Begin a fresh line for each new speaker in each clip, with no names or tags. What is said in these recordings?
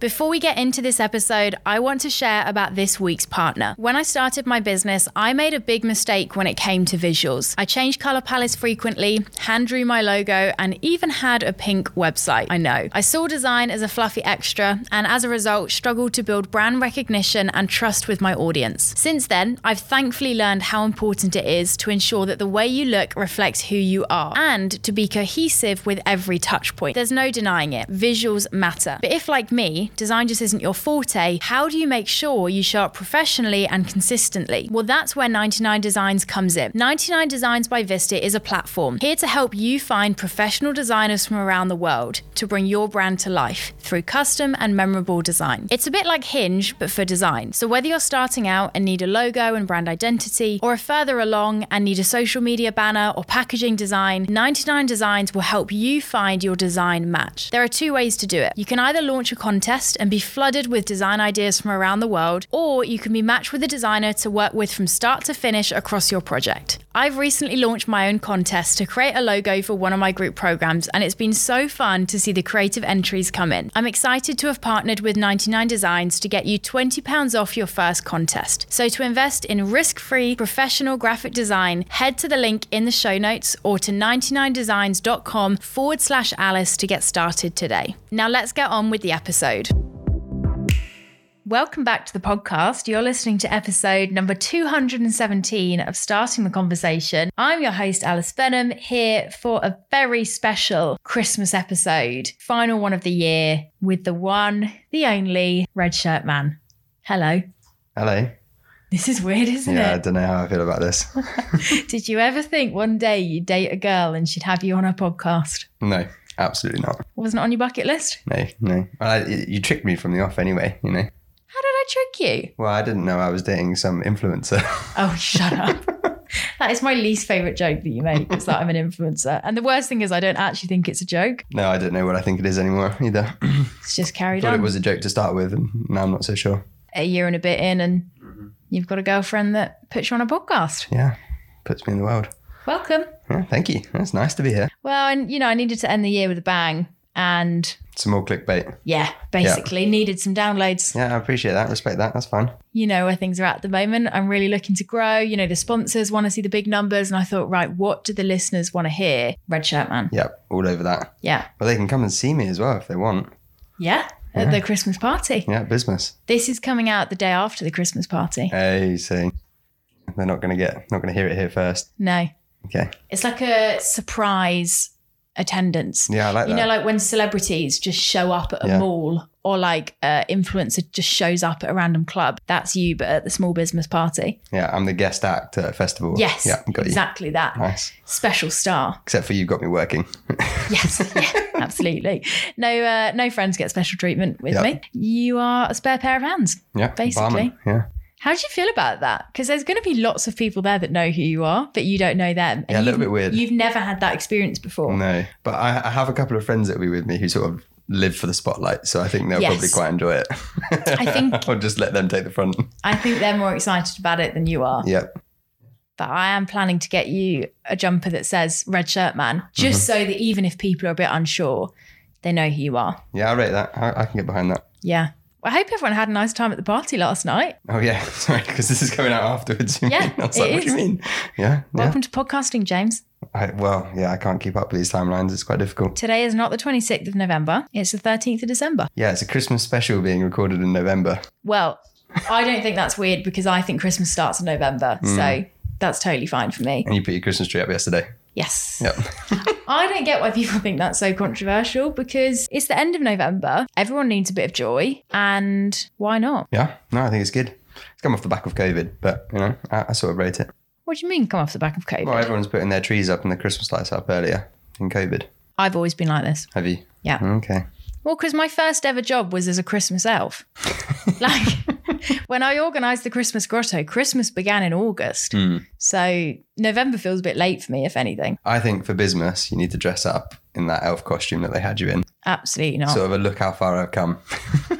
Before we get into this episode, I want to share about this week's partner. When I started my business, I made a big mistake when it came to visuals. I changed color palettes frequently, hand drew my logo, and even had a pink website. I know. I saw design as a fluffy extra, and as a result, struggled to build brand recognition and trust with my audience. Since then, I've thankfully learned how important it is to ensure that the way you look reflects who you are and to be cohesive with every touch point. There's no denying it, visuals matter. But if, like me, design just isn't your forte, how do you make sure you show up professionally and consistently? Well, that's where 99 Designs comes in. 99 Designs by Vista is a platform here to help you find professional designers from around the world to bring your brand to life through custom and memorable design. It's a bit like Hinge, but for design. So, whether you're starting out and need a logo and brand identity, or are further along and need a social media banner or packaging design, 99 Designs will help you find your design match. There are two ways to do it. You can either launch a contest and be flooded with design ideas from around the world, or you can be matched with a designer to work with from start to finish across your project. I've recently launched my own contest to create a logo for one of my group programs, and it's been so fun to see the creative entries come in. I'm excited to have partnered with 99 Designs to get you £20 off your first contest. So, to invest in risk free professional graphic design, head to the link in the show notes or to 99designs.com forward slash Alice to get started today. Now, let's get on with the episode. Welcome back to the podcast. You're listening to episode number 217 of Starting the Conversation. I'm your host, Alice Benham, here for a very special Christmas episode, final one of the year, with the one, the only Red Shirt Man. Hello.
Hello.
This is weird, isn't
yeah, I
it?
don't know how I feel about this.
Did you ever think one day you'd date a girl and she'd have you on her podcast?
no, absolutely not.
Wasn't it on your bucket list?
No, no. Well, I, you tricked me from the off anyway, you know.
How did I trick you?
Well, I didn't know I was dating some influencer.
Oh, shut up. That is my least favorite joke that you make is that I'm an influencer. And the worst thing is, I don't actually think it's a joke.
no, I don't know what I think it is anymore either.
It's just carried
Thought
on.
it was a joke to start with, and now I'm not so sure.
a year and a bit in, and
Mm-hmm.
you've got a girlfriend that puts you on a podcast.
Yeah, puts me in the world.
Welcome.
Yeah, thank you. It's nice to be here.
Well, and you know, I needed to end the year with a bang. And
Some more clickbait.
yeah, basically needed some downloads.
Yeah, I appreciate that. Respect that. That's fine.
You know where things are at the moment. I'm really looking to grow. You know, the sponsors want to see the big numbers. And I thought, right, what do the listeners want to hear? Red Shirt Man.
Yeah, all over that.
Yeah.
But they can come and see me as well if they want.
Yeah. At the Christmas party.
Yeah, business.
This is coming out the day after the Christmas party.
Hey, see, they're not gonna get, not gonna hear it here first.
No.
Okay.
It's like a surprise attendance.
Yeah, I like
You
that.
know, like when celebrities just show up at a
Yeah.
mall or like an influencer just shows up at a random club. That's you, but at the small business party.
Yeah, I'm the guest act at a festival.
Yes.
Yeah, got
exactly that.
you. Nice.
Special star.
Except for you got me working.
Yes. yeah, absolutely. No uh, no friends get special treatment with
Yeah.
me. You are a spare pair of hands.
Yeah.
Basically.
barman, Yeah.
How do you feel about that? Because there's going to be lots of people there that know who you are, but you don't know them.
Yeah, a little
you've-
bit weird.
You've never had that experience before.
No. But I, I have a couple of friends that will be with me who sort of live for the spotlight. So I think they'll
Yes.
probably quite enjoy it.
I think-
I'll just let them take the front.
I think they're more excited about it than you are.
Yep.
but I am planning to get you a jumper that says Red Shirt Man, just
Mm-hmm.
so that even if people are a bit unsure, they know who you are.
Yeah, I rate that. I, I can get behind that.
Yeah. I hope everyone had a nice time at the party last night.
Oh, yeah. Sorry, because this is coming out afterwards. you
Yeah,
mean? I was
it
like, what do
is.
you mean? Yeah. yeah.
Welcome to podcasting, James.
I, well, yeah, I can't keep up with these timelines. It's quite difficult.
Today is not the 26th of November, it's the 13th of December.
Yeah, it's a Christmas special being recorded in November.
Well, I don't think that's weird because I think Christmas starts in November.
Mm.
So that's totally fine for me.
And you put your Christmas tree up yesterday.
Yes.
Yep.
I don't get why people think that's so controversial because it's the end of November. Everyone needs a bit of joy. And why not?
Yeah, no, I think it's good. It's come off the back of COVID, but you know, I, I sort of rate it.
What do you mean come off the back of COVID?
Well, everyone's putting their trees up and their Christmas lights up earlier in COVID.
I've always been like this.
Have you?
Yeah.
Okay.
Well, because my first ever job was as a Christmas elf. like when I organised the Christmas grotto, Christmas began in August. So November feels a bit late for me, if anything.
I think for business, you need to dress up in that elf costume that they had you in.
Absolutely not.
Sort of a look how far I've come.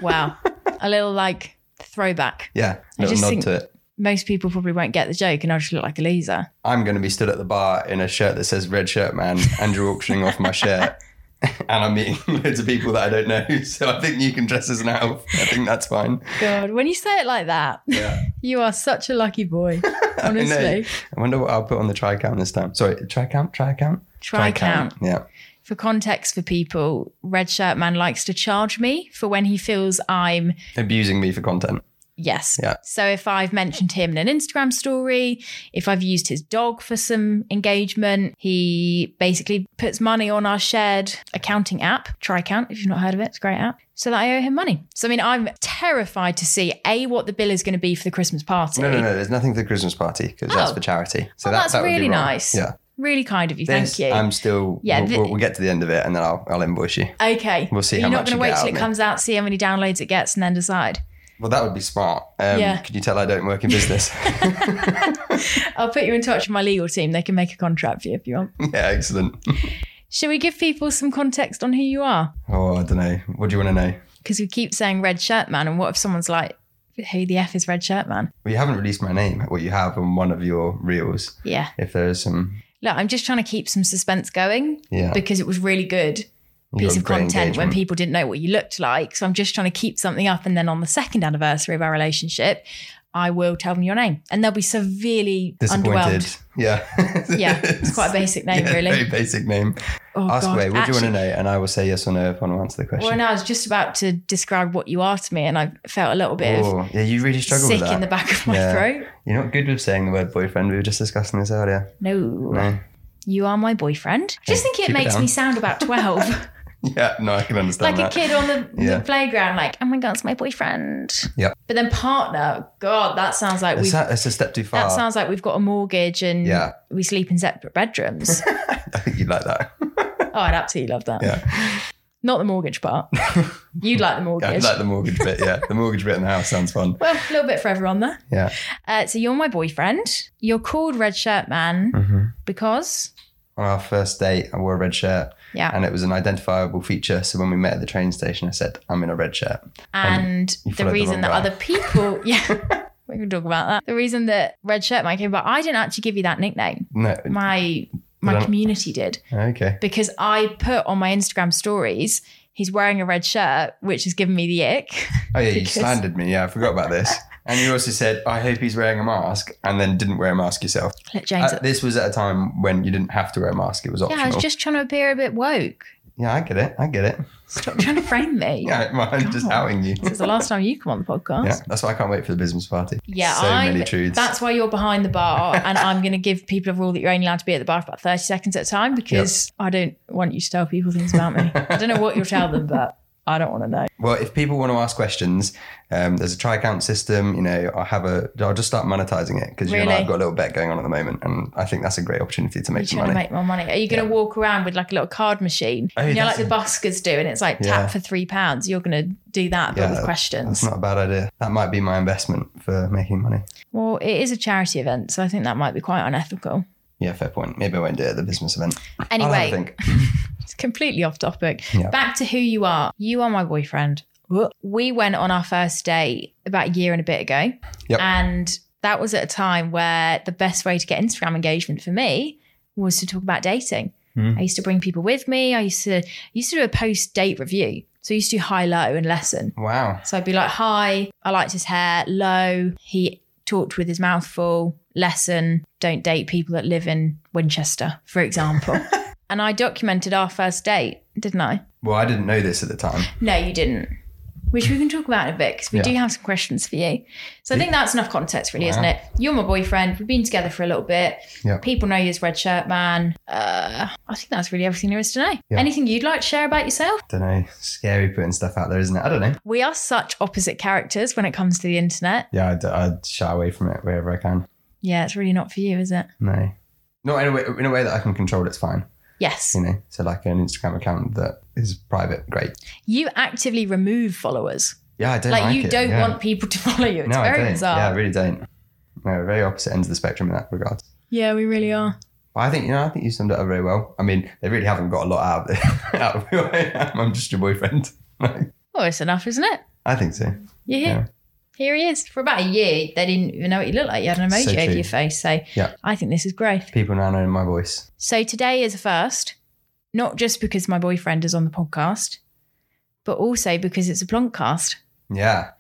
wow. A little like throwback.
yeah,
I
little
just
nod
think-
to it.
Most people probably won't get the joke and I'll just look like a loser.
I'm going to be stood at the bar in a shirt that says "Red Shirt Man," and you're auctioning off my shirt. and I'm meeting loads of people that I don't know. So I think you can dress as an elf. I think that's fine.
God, when you say it like that,
Yeah.
you are such a lucky boy.
I,
Honestly.
know. I wonder what I'll put on the tri count this time. Sorry, tri count, tri count,
Try count.
Yeah.
For context for people, Red Shirt Man likes to charge me for when he feels I'm,
Abusing me for content.
yes.
Yeah.
So if I've mentioned him in an Instagram story, if I've used his dog for some engagement, he basically puts money on our shared accounting app, TriCount, if you've not heard of it, it's a great app, so that I owe him money. So, I mean, I'm terrified to see A, what the bill is going to be for the Christmas party.
No, no, no. There's nothing for the Christmas party because that's
Oh.
for charity. So
Well,
that,
that's
that would be
really
wrong.
nice.
Yeah.
Really kind of you.
This,
Thank you.
I'm still.
Yeah,
Yeah. We'll,
thi-
we'll, we'll get to the end of it and then I'll, I'll invoice you.
okay.
We'll see
You're
how
not
much
gonna
you
wait
get
till
out
it
of me.
comes out, see how many downloads it gets, and then decide.
Well, that would be smart. Um,
Yeah.
Can you tell I don't work in business?
I'll put you in touch with my legal team. They can make a contract for you if you want.
yeah. Excellent.
Should we give people some context on who you are?
Oh, I don't know. What do you want to know?
Because we keep saying red shirt man, and what if someone's like, who the F is red shirt man?
Well, you haven't released my name. Well, you have on one of your reels.
Yeah.
If there is some,
Look, I'm just trying to keep some suspense going
yeah,
because it was really good
you
piece
got
of
great
content when
engagement.
people didn't know what you looked like. So I'm just trying to keep something up. And then on the second anniversary of our relationship, I will tell them your name and they'll be severely
disappointed.
underwhelmed.
Yeah,
Yeah. It's quite a basic name,
Yeah, Very
really.
basic name.
Oh,
Ask
God.
away. What do
Actually,
you want to know? And I will say yes or no if I want to answer the question.
Well, no, I was just about to describe what you are to me, and I felt a little bit of
Oh, yeah, you really struggle
sick
with that.
in the back of my
Yeah.
throat.
You're not good with saying the word boyfriend. We were just discussing this earlier.
No,
No.
you are my boyfriend. I just think it
keep it
makes me
down.
sound about 12,
Yeah, no, I can understand
like a
that.
kid on the,
Yeah.
the playground, like, oh my God, it's my boyfriend.
Yep.
But then partner, God, that sounds like
It's,
we've.
a, it's a step too far.
That sounds like we've got a mortgage and
Yeah.
we sleep in separate bedrooms. oh,
I think you'd like that.
I'd absolutely love that.
Yeah.
Not the mortgage part. You'd like the
I
mortgage.
like the mortgage bit. Yeah, the mortgage bit in the house sounds fun.
well, a little bit for everyone there.
Yeah.
Uh, so you're my boyfriend. You're called Red Shirt Man
Mm-hmm.
because
On our first date, I wore a red shirt
yeah,
and it was an identifiable feature. So when we met at the train station, I said, I'm in a red shirt.
and,
you
the
followed the
reason
wrong
that
guy.
other people yeah. We can talk about that. The reason that Red Shirt Man came about, I didn't actually give you that nickname.
No.
My my
Well-
community did
Okay.
because I put on my Instagram stories. He's wearing a red shirt, which has given me the ick.
Oh, yeah, you
Because-
slandered me. Yeah, I forgot about this. And you also said, I hope he's wearing a mask and then didn't wear a mask yourself.
Let James.
Uh, this was at a time when you didn't have to wear a mask. It was optional.
yeah, I was just trying to appear a bit woke.
Yeah, I get it. I get it.
Stop trying to frame me.
Yeah, well, I'm just
God.
outing you.
This is the last time you come on the podcast.
Yeah, that's why I can't wait for the business party.
Yeah,
so
I'm-
many truths.
That's why you're behind the bar, and I'm going to give people a rule that you're only allowed to be at the bar for about 30 seconds at a time because I don't want you to tell people things about me. I don't know what you'll tell them, but I don't want to know.
Well, if people want to ask questions, um, there's a tri count system. You know, I have a. I'll just start monetizing it because you and
Really?
I've got a little bet going on at the moment, and I think that's a great opportunity to
You're
make some
trying
money.
to make more money. Are you going to walk around with like a little card machine?
Oh,
you know, like
that's
the buskers do, and it's like
Yeah.
tap for three pounds. You're going to do that, but
Yeah,
with questions.
that's not a bad idea. That might be my investment for making money.
well, it is a charity event, so I think that might be quite unethical.
Yeah, fair point. Maybe I won't do it at the business event. I'll have a
Anyway,
think.
it's completely off topic.
Yeah.
Back to who you are. You are my boyfriend. We went on our first date about a year and a bit ago.
Yep.
And that was at a time where the best way to get Instagram engagement for me was to talk about dating.
Hmm.
I used to bring people with me. I used to I used to do a post date review. So I used to do high low and lesson.
Wow.
So I'd be like, hi, I liked his hair. Low, he talked with his mouth full. Lesson, don't date people that live in Winchester, for example. and I documented our first date, didn't I?
Well, I didn't know this at the time.
No, you didn't. Which we can talk about in a bit because we
Yeah.
do have some questions for you. So I think that's enough context, really,
Wow.
isn't it? You're my boyfriend. We've been together for a little bit.
Yeah.
People know you as Red Shirt Man. Uh, I think that's really everything there is to know.
Yeah.
Anything you'd like to share about yourself?
Don't know. Scary putting stuff out there, isn't it? I don't know.
We are such opposite characters when it comes to the internet.
Yeah, I'd, I'd shy away from it wherever I can.
Yeah, it's really not for you, is it?
No. Not in a way, in a way that I can control. It's fine.
Yes.
You know, so like an Instagram account that is private, great.
You actively remove followers.
Yeah, I don't
Like,
like,
you
it,
don't
yeah.
want people to follow you. It's
no, I
very
don't.
bizarre.
Yeah, I really don't. No, we're very opposite ends of the spectrum in that regard.
yeah, we really are.
But I think you know, I think you summed it up very well. I mean, they really haven't got a lot out of, it, out of who I am. I'm just your boyfriend.
Well, it's enough, isn't it?
I think so.
You're here.
Yeah.
Here he is. For about a year, they didn't even know what you looked like. You had an emoji
So
over
true.
your face. So
Yeah.
I think this is great.
People now know my voice.
So today is a first. not just because my boyfriend is on the podcast, but also because it's a Plonkcast.
Yeah.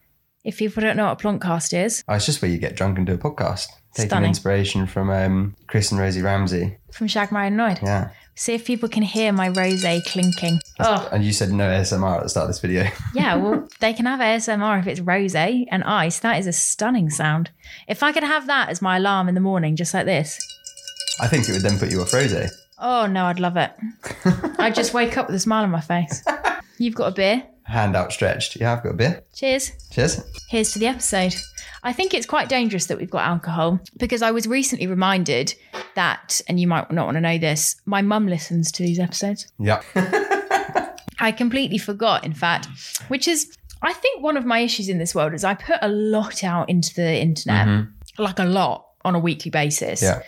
If people don't know what a Plonkcast is,
Oh, it's just where you get drunk and do a podcast. Taking
Stunning.
inspiration from um, Chris and Rosie Ramsey.
from Shag, Marry and Annoyed.
Yeah.
See if people can hear my rosé clinking. Oh,
And you said no ASMR at the start of this video.
yeah. Well, they can have ASMR if it's rosé and ice. That is a stunning sound. If I could have that as my alarm in the morning, just like this.
I think it would then put you off Rosie.
Oh no, I'd love it. I'd just wake up with a smile on my face. You've got a beer.
Hand outstretched. Yeah, I've got a beer.
Cheers.
Cheers.
Here's to the episode. I think it's quite dangerous that we've got alcohol because I was recently reminded that, and you might not want to know this, my mum listens to these episodes.
Yeah.
I completely forgot, in fact, which is, I think, one of my issues in this world is I put a lot out into the internet,
Mhm.
like a lot on a weekly basis.
Yeah.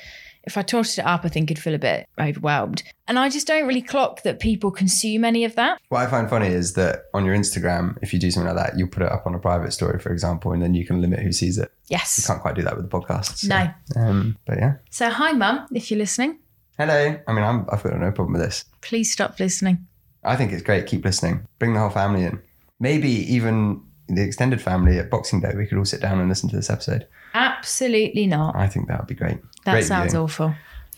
If I totted it up, I think I'd feel a bit overwhelmed. And I just don't really clock that people consume any of that.
What I find funny is that on your Instagram, if you do something like that, you put it up on a private story, for example, and then you can limit who sees it. You
Yes.
can't quite do that with the podcast. so,
No.
Um, but yeah.
So, hi, mum, if you're listening,
Hello. I mean, I'm, I've got no problem with this.
please stop listening.
I think it's great. Keep listening. Bring the whole family in. Maybe even the extended family at Boxing Day. We could all sit down and listen to this episode.
Absolutely not.
I think that would be great.
That
great
sounds
viewing.
awful.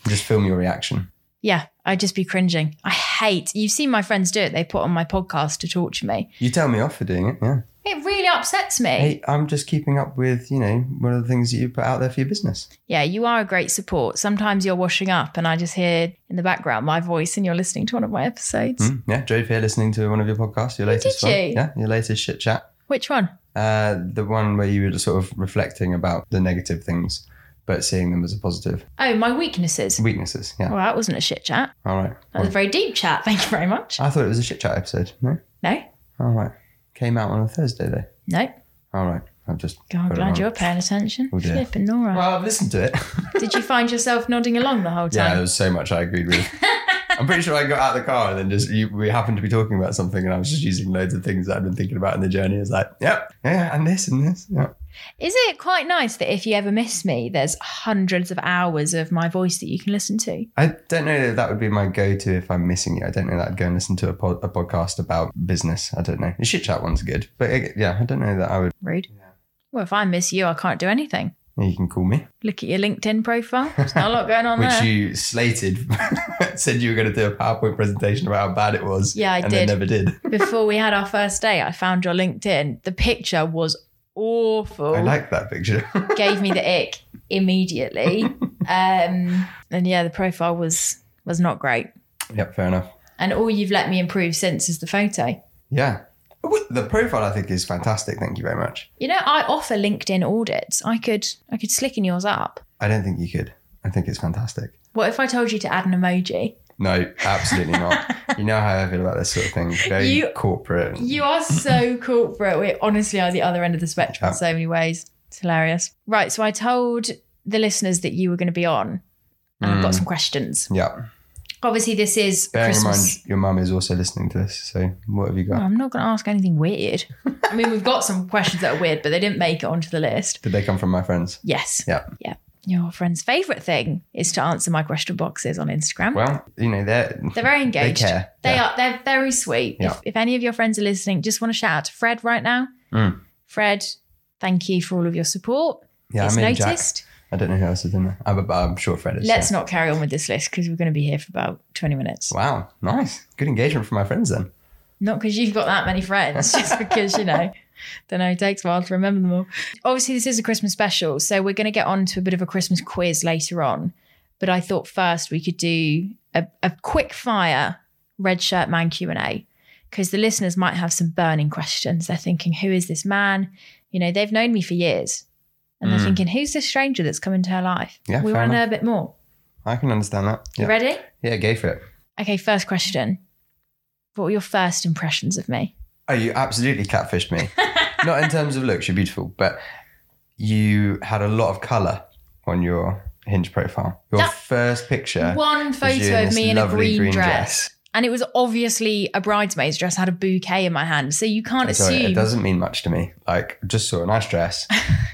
Just film your reaction.
Yeah, I'd just be cringing. I hate. You've seen my friends do it. They put on my podcast to torture me.
You tell me off for doing it. Yeah.
It really upsets me.
Hey, I'm just keeping up with you know one of the things that you put out there for your business.
Yeah, you are a great support. Sometimes you're washing up and I just hear in the background my voice and you're listening to one of my episodes.
Mm, yeah. Drove here listening to one of your podcasts. Your latest
Oh, did
one.
you?
Yeah. Your latest shit chat.
Which one?
Uh, the one where you were just sort of reflecting about the negative things, but seeing them as a positive.
Oh, my weaknesses.
Weaknesses. Yeah.
Well, that wasn't a shit chat.
All right.
That was a very deep chat. Thank you very much.
I thought it was a shit chat episode. No.
No,
All right. Came out on a Thursday though.
no.
All right. I've just.
God, I'm
put it
glad
on.
you're paying attention.
Oh, dear.
Flipping Nora.
Well, I've listened to it.
Did you find yourself nodding along the whole
yeah,
time?
there was so much I agreed with. I'm pretty sure I got out of the car and then just you, we happened to be talking about something and I was just using loads of things that I've been thinking about in the journey. It's like, yep, yeah, and this and this. Yep.
Is it quite nice that if you ever miss me, there's hundreds of hours of my voice that you can listen to?
I don't know that that would be my go-to if I'm missing you. I don't know that I'd go and listen to a, pod, a podcast about business. I don't know. The shit chat one's good, but eh, yeah, I don't know that I would.
Rude.
Yeah.
Well, if I miss you, I can't do anything.
Yeah, You can call me,
Look at your LinkedIn profile. There's not a lot going on
which
there.
you slated, said you were going to do a PowerPoint presentation about how bad it was.
Yeah, I
and
did.
then never did.
Before we had our first date, I found your LinkedIn. The picture was awful.
I like that picture.
Gave me the ick immediately. um, and yeah, the profile was was not great.
yep, fair enough.
And all you've let me improve since is the photo.
Yeah. The profile I think is fantastic. Thank you very much.
You know, I offer LinkedIn audits. I could I could slicken yours up.
I don't think you could. I think it's fantastic.
What if I told you to add an emoji?
No, absolutely not. You know how I feel about this sort of thing. Very
You-
corporate.
You are so corporate. We honestly are the other end of the spectrum in
Yeah.
so many ways. It's hilarious. Right. So I told the listeners that you were going to be on, and I've got
Mm.
some questions.
yeah.
Obviously, this is
Bearing
Christmas.
in mind, your mum is also listening to this. So what have you
Oh,
got?
I'm not going to ask anything weird. I mean, we've got some questions that are weird, but they didn't make it onto the list.
Did they come from my friends?
Yes.
Yeah.
Yeah. Your friend's favorite thing is to answer my question boxes on Instagram.
Well, you know they're
they're very
they
engaged.
care.
They
Yeah.
are. They're very sweet.
Yeah.
If, if any of your friends are listening, just want to shout out to Fred right now.
Mm.
Fred, thank you for all of your support.
Yeah,
it's
I mean Jack.
noticed.
I don't know who else is in there. I'm, I'm sure Fred is.
Let's not carry on with this list because we're going to be here for about twenty minutes.
Wow, nice, good engagement from my friends then.
Not because you've got that many friends, just because you know. Don't know. It takes a while to remember them all. Obviously, this is a Christmas special, so we're going to get on to a bit of a Christmas quiz later on. But I thought first we could do a, a quick fire red shirt man Q and A because the listeners might have some burning questions. They're thinking, "Who is this man?" You know, they've known me for years, and they're
Mm.
thinking, "Who's this stranger that's come into her life?"
Yeah,
we
fair
want to know a
enough.
bit more.
I can understand that.
You
Yeah,
ready?
yeah, go for it.
Okay, first question. What were your first impressions of me?
Oh, you absolutely catfished me. Not in terms of looks, you're beautiful, but you had a lot of colour on your hinge profile. Your
That-
first picture
One
was you
photo of
this
me in a
lovely
green, dress. And it was obviously a bridesmaid's dress, had a bouquet in my hand. So you can't
I'm sorry, it
assume
doesn't mean much to me. Like, just saw a nice dress,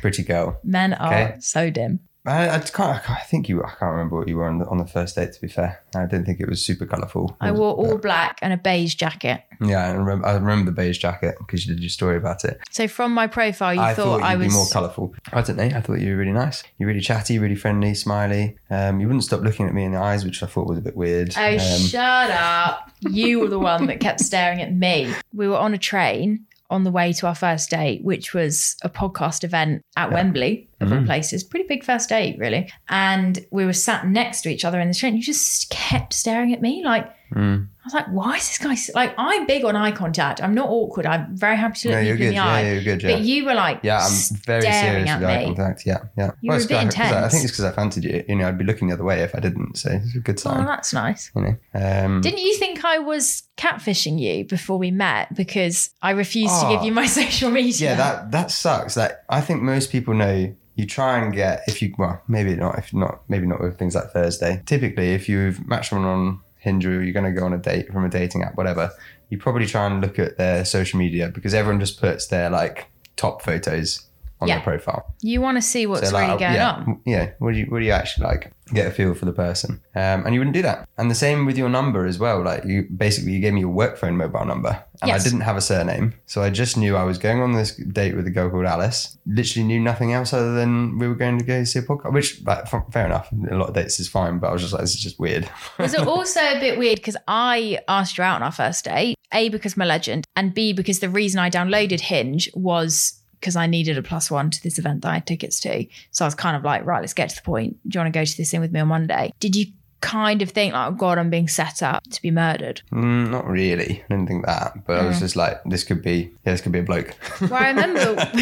pretty girl.
men are
Okay.
so dim.
I, I can't, I can't- I think you. I can't remember what you were on the, on the first date. To be fair, I didn't think it was super colourful.
I wore all black and a beige jacket.
Yeah, I remember, I remember the beige jacket because you did your story about it.
So from my profile, you
I
thought,
thought,
I
you'd be more
was.
colourful. I don't know. I thought you were really nice. You're really chatty, really friendly, smiley. Um, you wouldn't stop looking at me in the eyes, which I thought was a bit weird.
Oh,
um,
shut up. You were the one that kept staring at me. We were on a train on the way to our first date, which was a podcast event at Wembley, of all
Mhm.
places. Pretty big first date, really. And we were sat next to each other in the train. You just kept staring at me like,
mm.
I was like, why is this guy s- like? I'm big on eye contact. I'm not awkward. I'm very happy to look
No,
you
you're
in
good.
the
Yeah,
eye.
you're good. Yeah.
But you were like,
Yeah,
"S-
I'm very
staring
serious
at
with eye
me.
contact. Yeah, yeah.
You were
it's
a bit
'cause I, I
intense.
think it's because I fancied you. You know, I'd be looking the other way if I didn't. So it's a good
oh,
sign.
that's nice.
you know. Um,
Didn't you think I was catfishing you before we met because I refused to
Oh.
give you my social media?
yeah, that that sucks. That I think most people know. You try and get if you well maybe not if not maybe not with things like Thursday. Typically, if you've matched someone on Hinge or you're going to go on a date from a dating app, whatever, you probably try and look at their social media because everyone just puts their like top photos on
Yeah.
their profile.
you want to see what's
like,
really going
yeah,
on.
yeah. What do you what do you actually like? Get a feel for the person, um, and you wouldn't do that. And the same with your number as well. Like you basically you gave me your work phone mobile number, and
Yes.
I didn't have a surname, so I just knew I was going on this date with a girl called Alice. Literally knew nothing else other than we were going to go see a podcast. Which, like, f- fair enough. A lot of dates is fine, but I was just like, this is just weird.
Was it also a bit weird because I asked you out on our first date? A because I'm a legend, and B because the reason I downloaded Hinge was because I needed a plus one to this event that I had tickets to. So I was kind of like, right, let's get to the point. Do you want to go to this thing with me on Monday? Did you kind of think like, oh god, I'm being set up to be murdered?
Mm, not really. I didn't think that, but I was just like, this could be, yeah, this could be a bloke.
Hmm. Well, I remember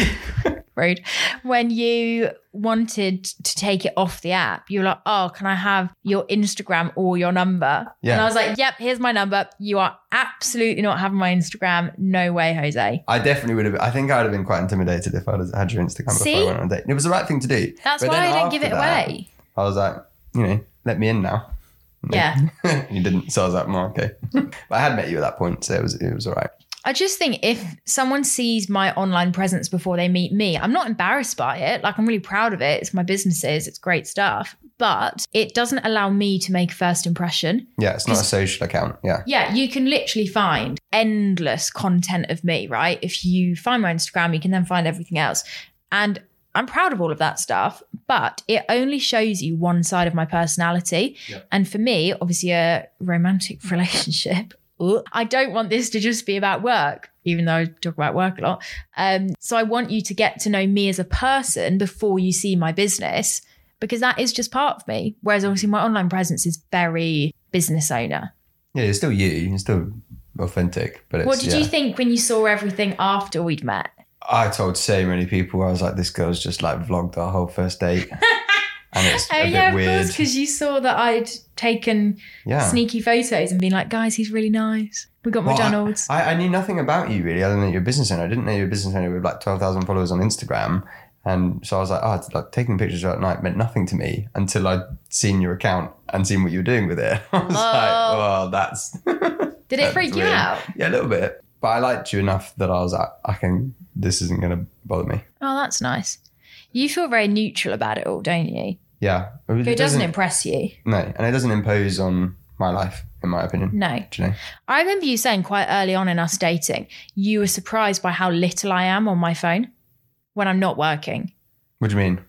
rude when you wanted to take it off the app. You were like, "Oh, can I have your Instagram or your number?"
Yeah.
And I was like, "Yep, here's my number. You are absolutely not having my Instagram. No way, Jose."
I definitely would have. I think I would have been quite intimidated if I had your Instagram before
See?
I went on a date. It was the right thing to do.
That's
But
why
then
I don't give it
after that-
away.
I was like, you know, let me in now.
Yeah.
you didn't, so I was like, well, okay. but I had met you at that point, so it was it was all right.
I just think if someone sees my online presence before they meet me, I'm not embarrassed by it. Like, I'm really proud of it. It's my businesses, it's great stuff. But it doesn't allow me to make a first impression.
Yeah, it's not a social account. Yeah,
Yeah, you can literally find endless content of me, right? If you find my Instagram, you can then find everything else. And I'm proud of all of that stuff, but it only shows you one side of my personality.
Yeah.
And for me, obviously, a romantic relationship. ugh, I don't want this to just be about work, even though I talk about work a lot. Um, so I want you to get to know me as a person before you see my business, because that is just part of me. Whereas obviously my online presence is very business owner.
yeah, it's still you. You're still authentic. But it's,
What did
yeah.
you think when you saw everything after we'd met?
I told so many people. I was like, this girl's just like vlogged our whole first date, and it's
Oh
a
yeah,
bit
of
weird.
course, because you saw that I'd taken
yeah.
sneaky photos and been like, "Guys, he's really nice. We got
Well,
McDonald's."
I, I knew nothing about you really, other than that you're a business owner. I didn't know you're a business owner with like twelve thousand followers on Instagram, and so I was like, oh, it's like taking pictures at night meant nothing to me until I'd seen your account and seen what you were doing with it. I was
Lol.
like, well, that's
Did it
that's
freak you
weird.
out?
yeah, a little bit. But I liked you enough that I was like, I can. This isn't going to bother me.
Oh, that's nice. You feel very neutral about it all, don't you?
Yeah,
It, doesn't impress you.
No, and it doesn't impose on my life, in my opinion.
No.
Do you know?
I remember you saying quite early on in us dating, you were surprised by how little I am on my phone when I'm not working.
What do you mean?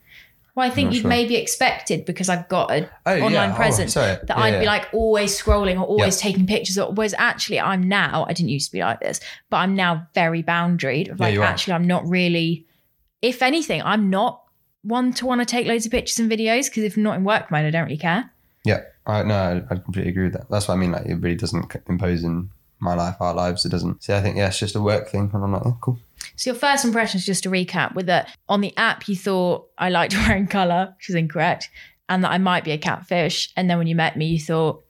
Well, I think
Not
you'd
sure.
maybe expected because I've got a
Oh,
Online
yeah.
presence
Oh, sorry.
that
Yeah,
I'd
yeah.
be like always scrolling or always taking pictures. Or, whereas actually, I'm now, I didn't used to be like this, but I'm now very boundaried. Of
Yeah,
like,
you are.
actually, I'm not really, if anything, I'm not one to want to take loads of pictures and videos because if I'm not in work mode, I don't really care.
Yeah, I no, I- I completely agree with that. That's what I mean. Like, it really doesn't c- impose in my life, our lives. It doesn't. See, I think yeah, it's just a work thing, and I'm like, oh, cool.
So, your first impressions, just to recap, were that on the app, you thought I liked wearing color, which is incorrect, and that I might be a catfish. And then when you met me, you thought,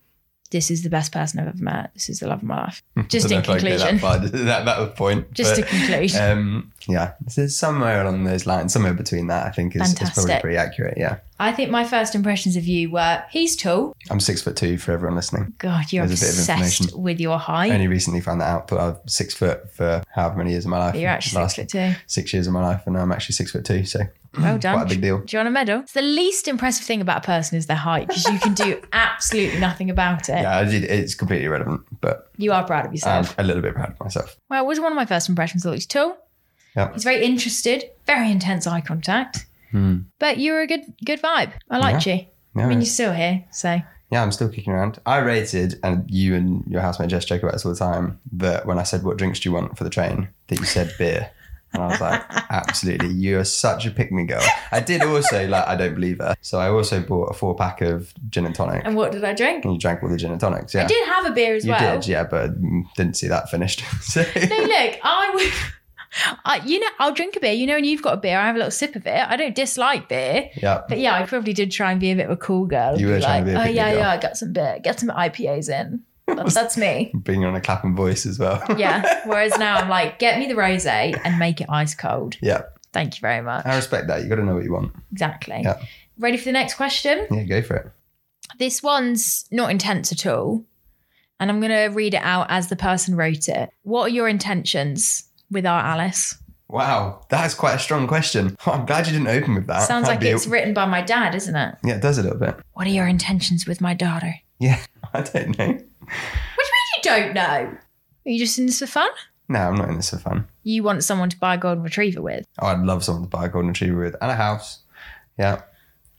this is the best person I've ever met. This is the love of my life. Just
Don't
in
know if I can go
conclusion.
that, far. that that was the point.
Just to
But,
conclude.
um, yeah, so somewhere along those lines, somewhere between that, I think is, is probably
Fantastic.
pretty accurate. Yeah,
I think my first impressions of you were he's tall.
I'm six foot two for everyone listening.
God, you're
There's a bit of
obsessed
information.
with your height.
Only recently found that out, but I'm six foot for however many years of my life.
you're actually
Last
six foot
six years of my life, and now I'm actually six foot two. So
two. Well done.
quite a big deal.
Do you want a medal? It's the least impressive thing about a person is their height because you can do absolutely nothing about it.
Yeah, Um, I did- it's completely irrelevant, but
You are proud of
I'm
yourself.
a little bit proud of myself.
well, it was one of my first impressions. I thought he's tall.
Yeah.
He's very interested, very intense eye contact.
Hmm.
But you were a good good vibe. I liked you.
Yeah,
I mean, you're still here, so
yeah, I'm still kicking around. I rated, and you and your housemate Jess joke about this all the time, that when I said, What drinks do you want for the train? that you said beer. And I was like, Absolutely, you are such a pick me girl. I did also, like, I don't believe her. So I also bought a four pack of gin and tonic.
And what did I drink?
And you drank all the gin and tonics,
I
yeah.
did have a beer as
You
well.
did, yeah, but mm, didn't see that finished. so,
No, look, I would. I, you know, I'll drink a beer. You know, when you've got a beer, I have a little sip of it. I don't dislike beer,
yeah.
but yeah, I probably did try and be a bit of a cool girl. Be
You were
like,
trying to be a
oh
picnic
yeah,
girl."
yeah, I got some beer, get some IPAs in. That's, that's me.
Bringing on a clapping voice as well.
Yeah. Whereas now I'm like, get me the rosé and make it ice cold.
yeah.
Thank you very much.
I respect that. You got to know what you want.
Exactly.
Yeah.
Ready for the next question?
Yeah, go for it.
This one's not intense at all. And I'm going to read it out as the person wrote it. What are your intentions with our Alice?
Wow, that's quite a strong question. I'm glad you didn't open with that.
Sounds like
That'd be a-
it's written by my dad, isn't it?
yeah, it does a little bit.
What are your intentions with my daughter?
Yeah, I don't know.
You don't know. Are you just in this for fun?
No, I'm not in this for fun.
You want someone to buy a golden retriever with?
Oh, I'd love someone to buy a golden retriever with and a house. Yeah,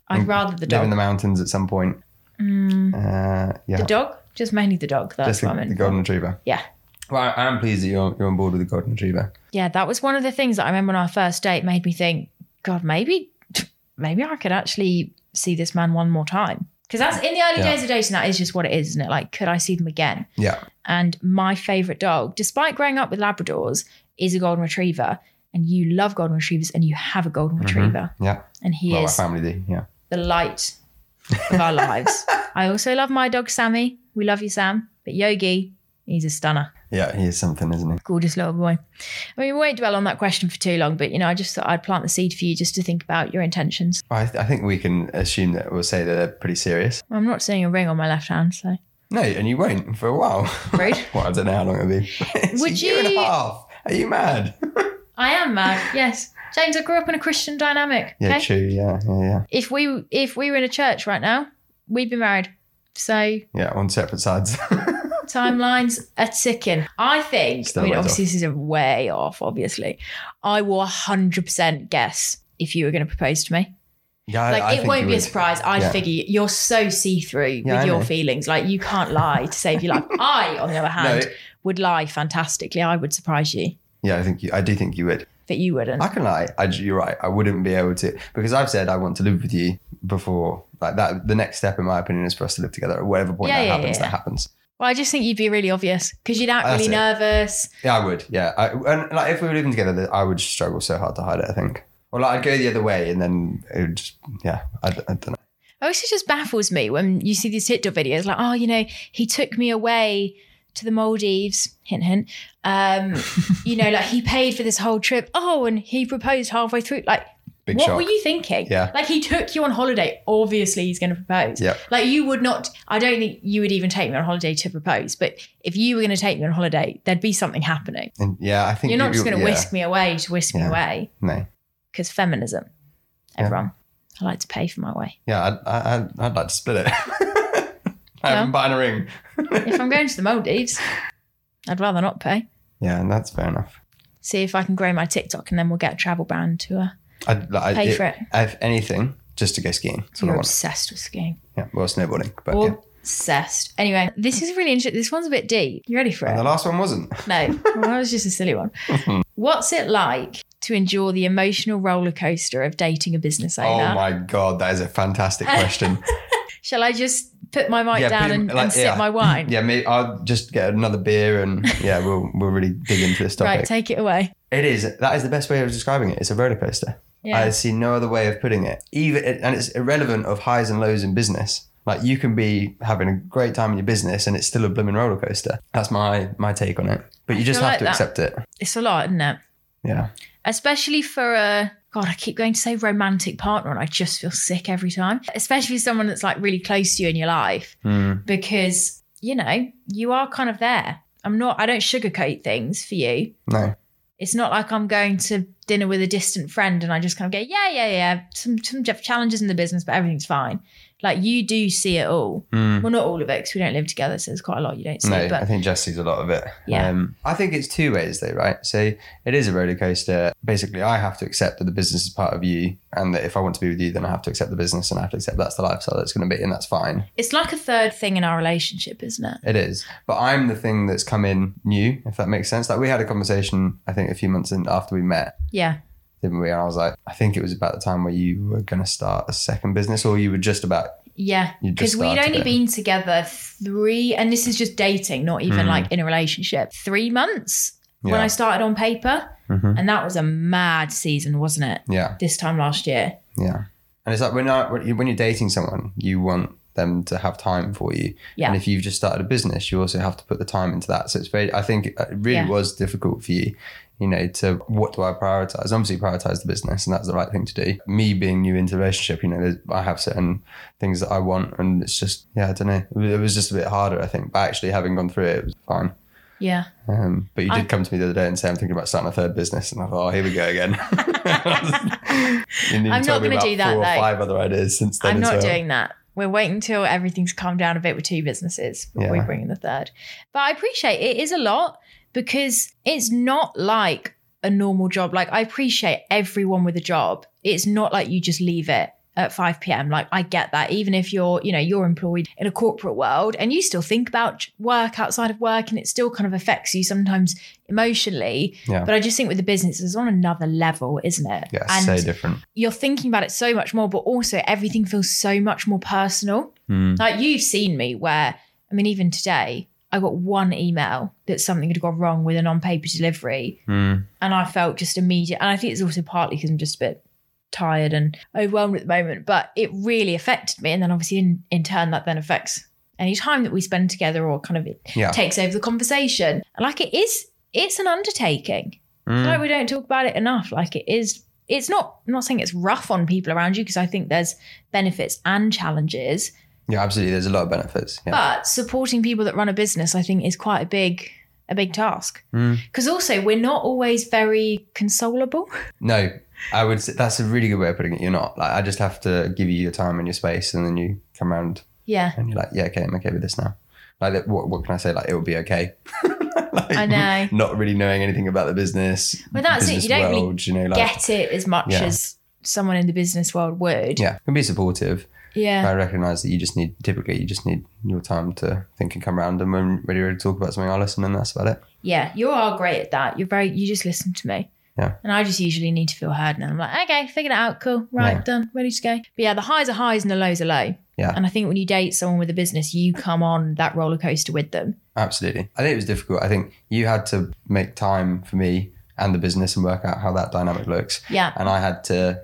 I'd
Mm,
rather the
live
dog.
in the mountains at some point.
Mm,
Uh, yeah,
The dog? Just mainly the dog. That's
just
what I
the,
meant.
the golden retriever.
Yeah.
Well, I, I am pleased that you're, you're on board with the golden retriever.
Yeah, that was one of the things that I remember on our first date made me think, God, maybe, maybe I could actually see this man one more time. Because that's in the early
Yeah.
days of dating, that is just what it is, isn't it? Like, could I see them again?
Yeah.
And my favorite dog, despite growing up with Labradors, is a golden retriever. And you love golden retrievers and you have a golden
Mm-hmm.
retriever.
Yeah.
And he
well,
is
my family do. Yeah.
the light of our lives. I also love my dog, Sammy. We love you, Sam. But Yogi, he's a stunner
Yeah, he is something, isn't he?
gorgeous little boy. I mean, we won't dwell on that question for too long, but you know, I just thought I'd plant the seed for you just to think about your intentions.
I, th- I think we can assume that we'll say that they're pretty serious.
I'm not seeing a ring on my left hand, so
No, and you won't for a while.
Rude.
well, I don't know how long it'll be. It's
Would
a year and
you-
a half. Are you mad?
I am mad. Yes, James, I grew up in a Christian dynamic.
Yeah,
okay,
true. Yeah, yeah, yeah.
if we if we were in a church right now, we'd be married. So
Yeah, on separate sides.
timelines are ticking. I think.
Still
I mean,
ways
obviously, this is a way off. Obviously, I will 100 percent guess if you were going to propose to me.
yeah, I-
like
I
it
think
won't
you
be a
would.
surprise. I'd
Yeah.
figure you're so see through
Yeah,
with
I
your
know.
feelings. Like you can't lie to save your life. I, on the other
No,
hand,
it-
would lie fantastically. I would surprise you,
yeah, I think you, I do think you would.
but you wouldn't.
I can lie. I, you're right. I wouldn't be able to because I've said I want to live with you before. Like that, the next step, in my opinion, is for us to live together. At whatever point
Yeah,
that
yeah,
happens,
yeah.
that happens.
well, I just think you'd be really obvious because you'd act
That's
really
it.
nervous.
Yeah, I would. Yeah, I, and like if we were living together, th- I would struggle so hard to hide it. I think, or like I'd go the other way, and then it would just. Yeah, I, d- I don't know.
It also just baffles me when you see these TikTok videos, like, oh, you know, he took me away to the Maldives, hint, hint. Um, you know, like he paid for this whole trip. Oh, and he proposed halfway through. Like,
Big
what
shock.
were you thinking?
Yeah.
Like he took you on holiday. Obviously, he's going to propose.
Yeah.
Like you would not. I don't think you would even take me on holiday to propose. But if you were going to take me on holiday, there'd be something happening.
And yeah, I think
You're not
you-
just going to
yeah,
whisk me away to whisk me
Yeah.
away
No.
because feminism.
Yeah.
Everyone, I like to pay for my way.
Yeah, I'd, I- I'd, I'd like to split it. I
Yeah.
haven't bought a ring.
if I'm going to the Maldives, I'd rather not pay.
Yeah, and that's fair enough.
See if I can grow my TikTok, and then we'll get a travel brand to uh,
I'd like,
pay
it-
for it.
If anything, just to go skiing. That's what I
You're
want.
obsessed with skiing.
Yeah, well, snowboarding. But yeah.
Obsessed. Anyway, this is really interesting. This one's a bit deep. You ready for it?
And the last one wasn't.
No, well, that was just a silly one. What's it like to endure the emotional roller coaster of dating a business owner?
Oh my God, that is a fantastic question.
Shall I just put my mic
Yeah,
down
put him-
and, and
like,
sip
yeah.
my wine?
yeah, maybe I'll just get another beer and yeah, we'll, we'll really dig into this topic.
right, take it away.
It is, that is the best way of describing it. It's a roller coaster.
Yeah.
I see no other way of putting it. Even and it's irrelevant of highs and lows in business. Like you can be having a great time in your business and it's still a blooming roller coaster. That's my my take on it. But you just
feel
have
like
to
that.
accept it.
it's a lot, isn't it?
Yeah.
especially for a God, I keep going to say romantic partner, and I just feel sick every time. Especially someone that's like really close to you in your life,
Mm.
because you know you are kind of there. I'm not. I don't sugarcoat things for you.
No.
It's not like I'm going to dinner with a distant friend and I just kind of go, yeah, yeah, yeah. Some some j- challenges in the business, but everything's fine. Like you do see it all.
Mm.
Well, not all of it because we don't live together, so there's quite a lot you don't see.
No,
but
I think Jess sees a lot of it.
Yeah.
Um, I think it's two ways though, right? So it is a roller coaster. Basically, I have to accept that the business is part of you, and that if I want to be with you, then I have to accept the business, and I have to accept that's the lifestyle that's going to be, and that's fine.
it's like a third thing in our relationship, isn't it?
It is. But I'm the thing that's come in new, if that makes sense. Like we had a conversation, I think, a few months in after we met.
Yeah,
Didn't we? And I was like, I think it was about the time where you were going to start a second business, or you were just about.
yeah.
You just
Because we'd
started
only
it.
been together three, and this is just dating, not even
Mhm.
like in a relationship. Three months when
Yeah.
I started on paper,
Mhm.
and that was a mad season, wasn't it?
Yeah.
This time last year.
Yeah, and it's like when I, when you- when you're dating someone, you want them to have time for you.
Yeah.
And if you've just started a business, you also have to put the time into that. So it's very. I think it really
Yeah.
was difficult for you. You know, to what do I prioritize? Obviously, prioritize the business, and that's the right thing to do. Me being new into the relationship, you know, there's- I have certain things that I want, and it's just, yeah, I don't know. It was- It was just a bit harder, I think. But actually, having gone through it, it was fine.
Yeah.
Um, but you
I-
did come to me the other day and say, I'm thinking about starting a third business. And I thought, oh, here we go again.
I'm not gonna
going to
do that,
Four
though.
or five other ideas since then.
I'm
as
not
well.
doing that. We're waiting till everything's calmed down a bit with two businesses before we
Yeah.
bring in the third. But I appreciate it is a lot because it's not like a normal job. Like I appreciate everyone with a job. It's not like you just leave it at 5 p.m. Like I get that. Even if you're, you know, you're employed in a corporate world and you still think about work outside of work and it still kind of affects you sometimes emotionally.
Yeah.
But I just think with the business it's on another level, isn't it?
Yeah,
and
so different.
you're thinking about it so much more, but also everything feels so much more personal.
Mm.
Like you've seen me where, I mean, even today, I got one email that something had gone wrong with an on paper delivery.
Mm.
And I felt just immediate. And I think it's also partly because I'm just a bit tired and overwhelmed at the moment, but it really affected me. And then obviously, in, in turn, that then affects any time that we spend together or kind of it
Yeah.
takes over the conversation. Like it is, it's an undertaking.
Mm.
Like we don't talk about it enough. Like it is. It's not. I'm not saying it's rough on people around you because I think there's benefits and challenges.
Yeah, absolutely. There's a lot of benefits. Yeah.
But supporting people that run a business, I think, is quite a big a big task.
Mm.
Because also we're not always very consolable.
No, I would say that's a really good way of putting it. You're not. Like, I just have to give you your time and your space, and then you come around
Yeah,
and you're like, yeah, okay, I'm okay with this now. Like, that- what, what can I say? Like, it will be okay. Like,
I know.
Not really knowing anything about the business.
Well, that's it. You
business
don't really
world, you know, like,
Get it as much
Yeah.
as someone in the business world would.
yeah, can be supportive.
Yeah.
I recognise that you just need typically you just need your time to think and come around, and when when you're ready to talk about something, I listen, and that's about it.
Yeah, you are great at that. You're very, you just listen to me.
Yeah.
And I just usually need to feel heard. And then I'm like, okay, figured it out. Cool. Right,
Yeah.
done. Ready to go. But yeah, the highs are highs and the lows are low.
Yeah.
And I think when you date someone with a business, you come on that roller coaster with them.
Absolutely, I think it was difficult. I think you had to make time for me and the business and work out how that dynamic looks,
Yeah.
and I had to.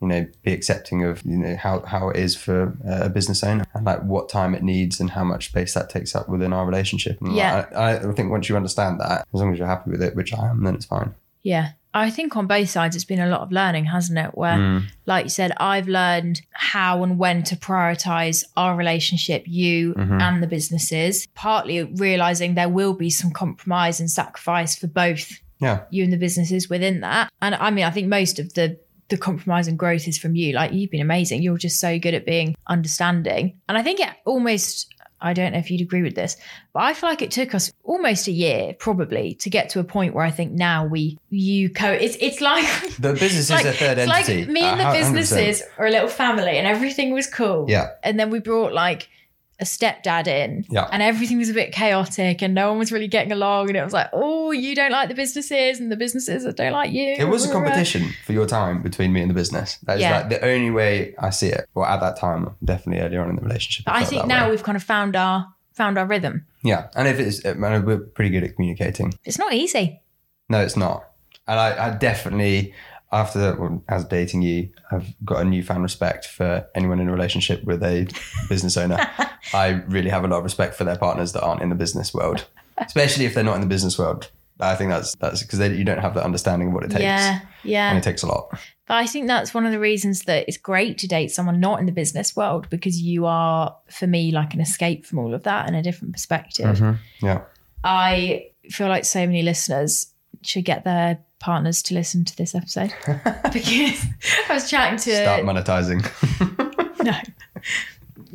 You know, be accepting of you know how how it is for a business owner and like what time it needs and how much space that takes up within our relationship. And like,
Yeah.
I, I think once you understand that, as long as you're happy with it, which I am, then it's fine.
Yeah. I think on both sides, it's been a lot of learning, hasn't it? Where,
Mm.
like you said, I've learned how and when to prioritize our relationship, you
Mhm.
and the businesses, partly realizing there will be some compromise and sacrifice for both
Yeah,
you and the businesses within that. And I mean, I think most of the the compromise and growth is from you. Like you've been amazing. You're just so good at being understanding. And I think it almost I don't know if you'd agree with this, but I feel like it took us almost a year probably to get to a point where I think now we you co it's it's like
the business
like,
is a third
it's like
entity.
me and the
100%.
businesses are a little family and everything was cool.
Yeah.
And then we brought like a stepdad in
Yeah.
and everything was a bit chaotic and no one was really getting along. And it was like, oh, you don't like the businesses and the businesses that don't like you.
It was a competition for your time between me and the business. That is
Yeah.
like the only way I see it. Well, at that time, definitely earlier on in the relationship. it
But I
felt
think
that
now
way.
we've kind of found our found our rhythm.
yeah, and if it's, and we're pretty good at communicating.
It's not easy.
No, it's not. And I, I definitely, after well, as dating you, I've got a newfound respect for anyone in a relationship with a business owner. I really have a lot of respect for their partners that aren't in the business world, especially if they're not in the business world. I think that's that's because you don't have that understanding of what it takes.
Yeah, yeah.
And it takes a lot.
But I think that's one of the reasons that it's great to date someone not in the business world because you are, for me, like an escape from all of that and a different perspective.
Mm-hmm. Yeah.
I feel like so many listeners should get their partners to listen to this episode because I was chatting to
Start monetizing.
no.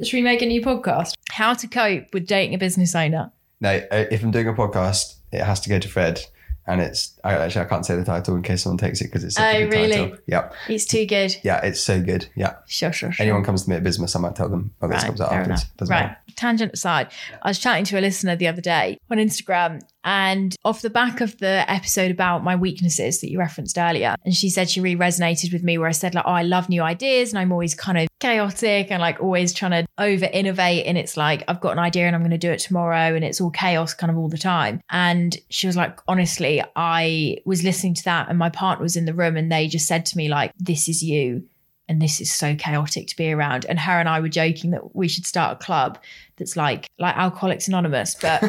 Should we make a new podcast? How to cope with dating a business owner?
No, uh, if I'm doing a podcast, it has to go to Fred, and it's I, actually I can't say the title in case someone takes it because it's such
Oh,
a good
really?
title. Yep.
It's too good.
Yeah, it's so good. Yeah.
Sure, sure, sure.
Anyone comes to me at business, I might tell them. Oh, this
Right,
comes out
fair
afterwards.
enough.
Doesn't
right.
matter.
Tangent aside, I was chatting to a listener the other day on Instagram, and off the back of the episode about my weaknesses that you referenced earlier, and she said she really resonated with me where I said, like, oh, I love new ideas and I'm always kind of chaotic and like always trying to over innovate. And it's like, I've got an idea and I'm going to do it tomorrow. And it's all chaos kind of all the time. And she was like, honestly, I was listening to that, and my partner was in the room, and they just said to me, like, this is you and this is so chaotic to be around. And her and I were joking that we should start a club that's like like Alcoholics Anonymous, but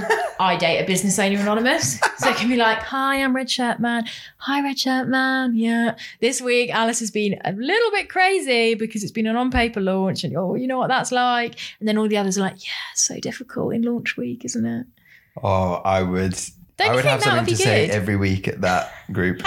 I date a business owner anonymous. So it can be like, hi, I'm Red Shirt Man. Hi, Red Shirt Man. Yeah. This week Alice has been a little bit crazy because it's been an on-paper launch and oh, you know what that's like. And then all the others are like, yeah, it's so difficult in launch week, isn't it?
Oh, I would.
Don't
I
you
would
think
have
that would
something
be
to say
good?
every week at that group.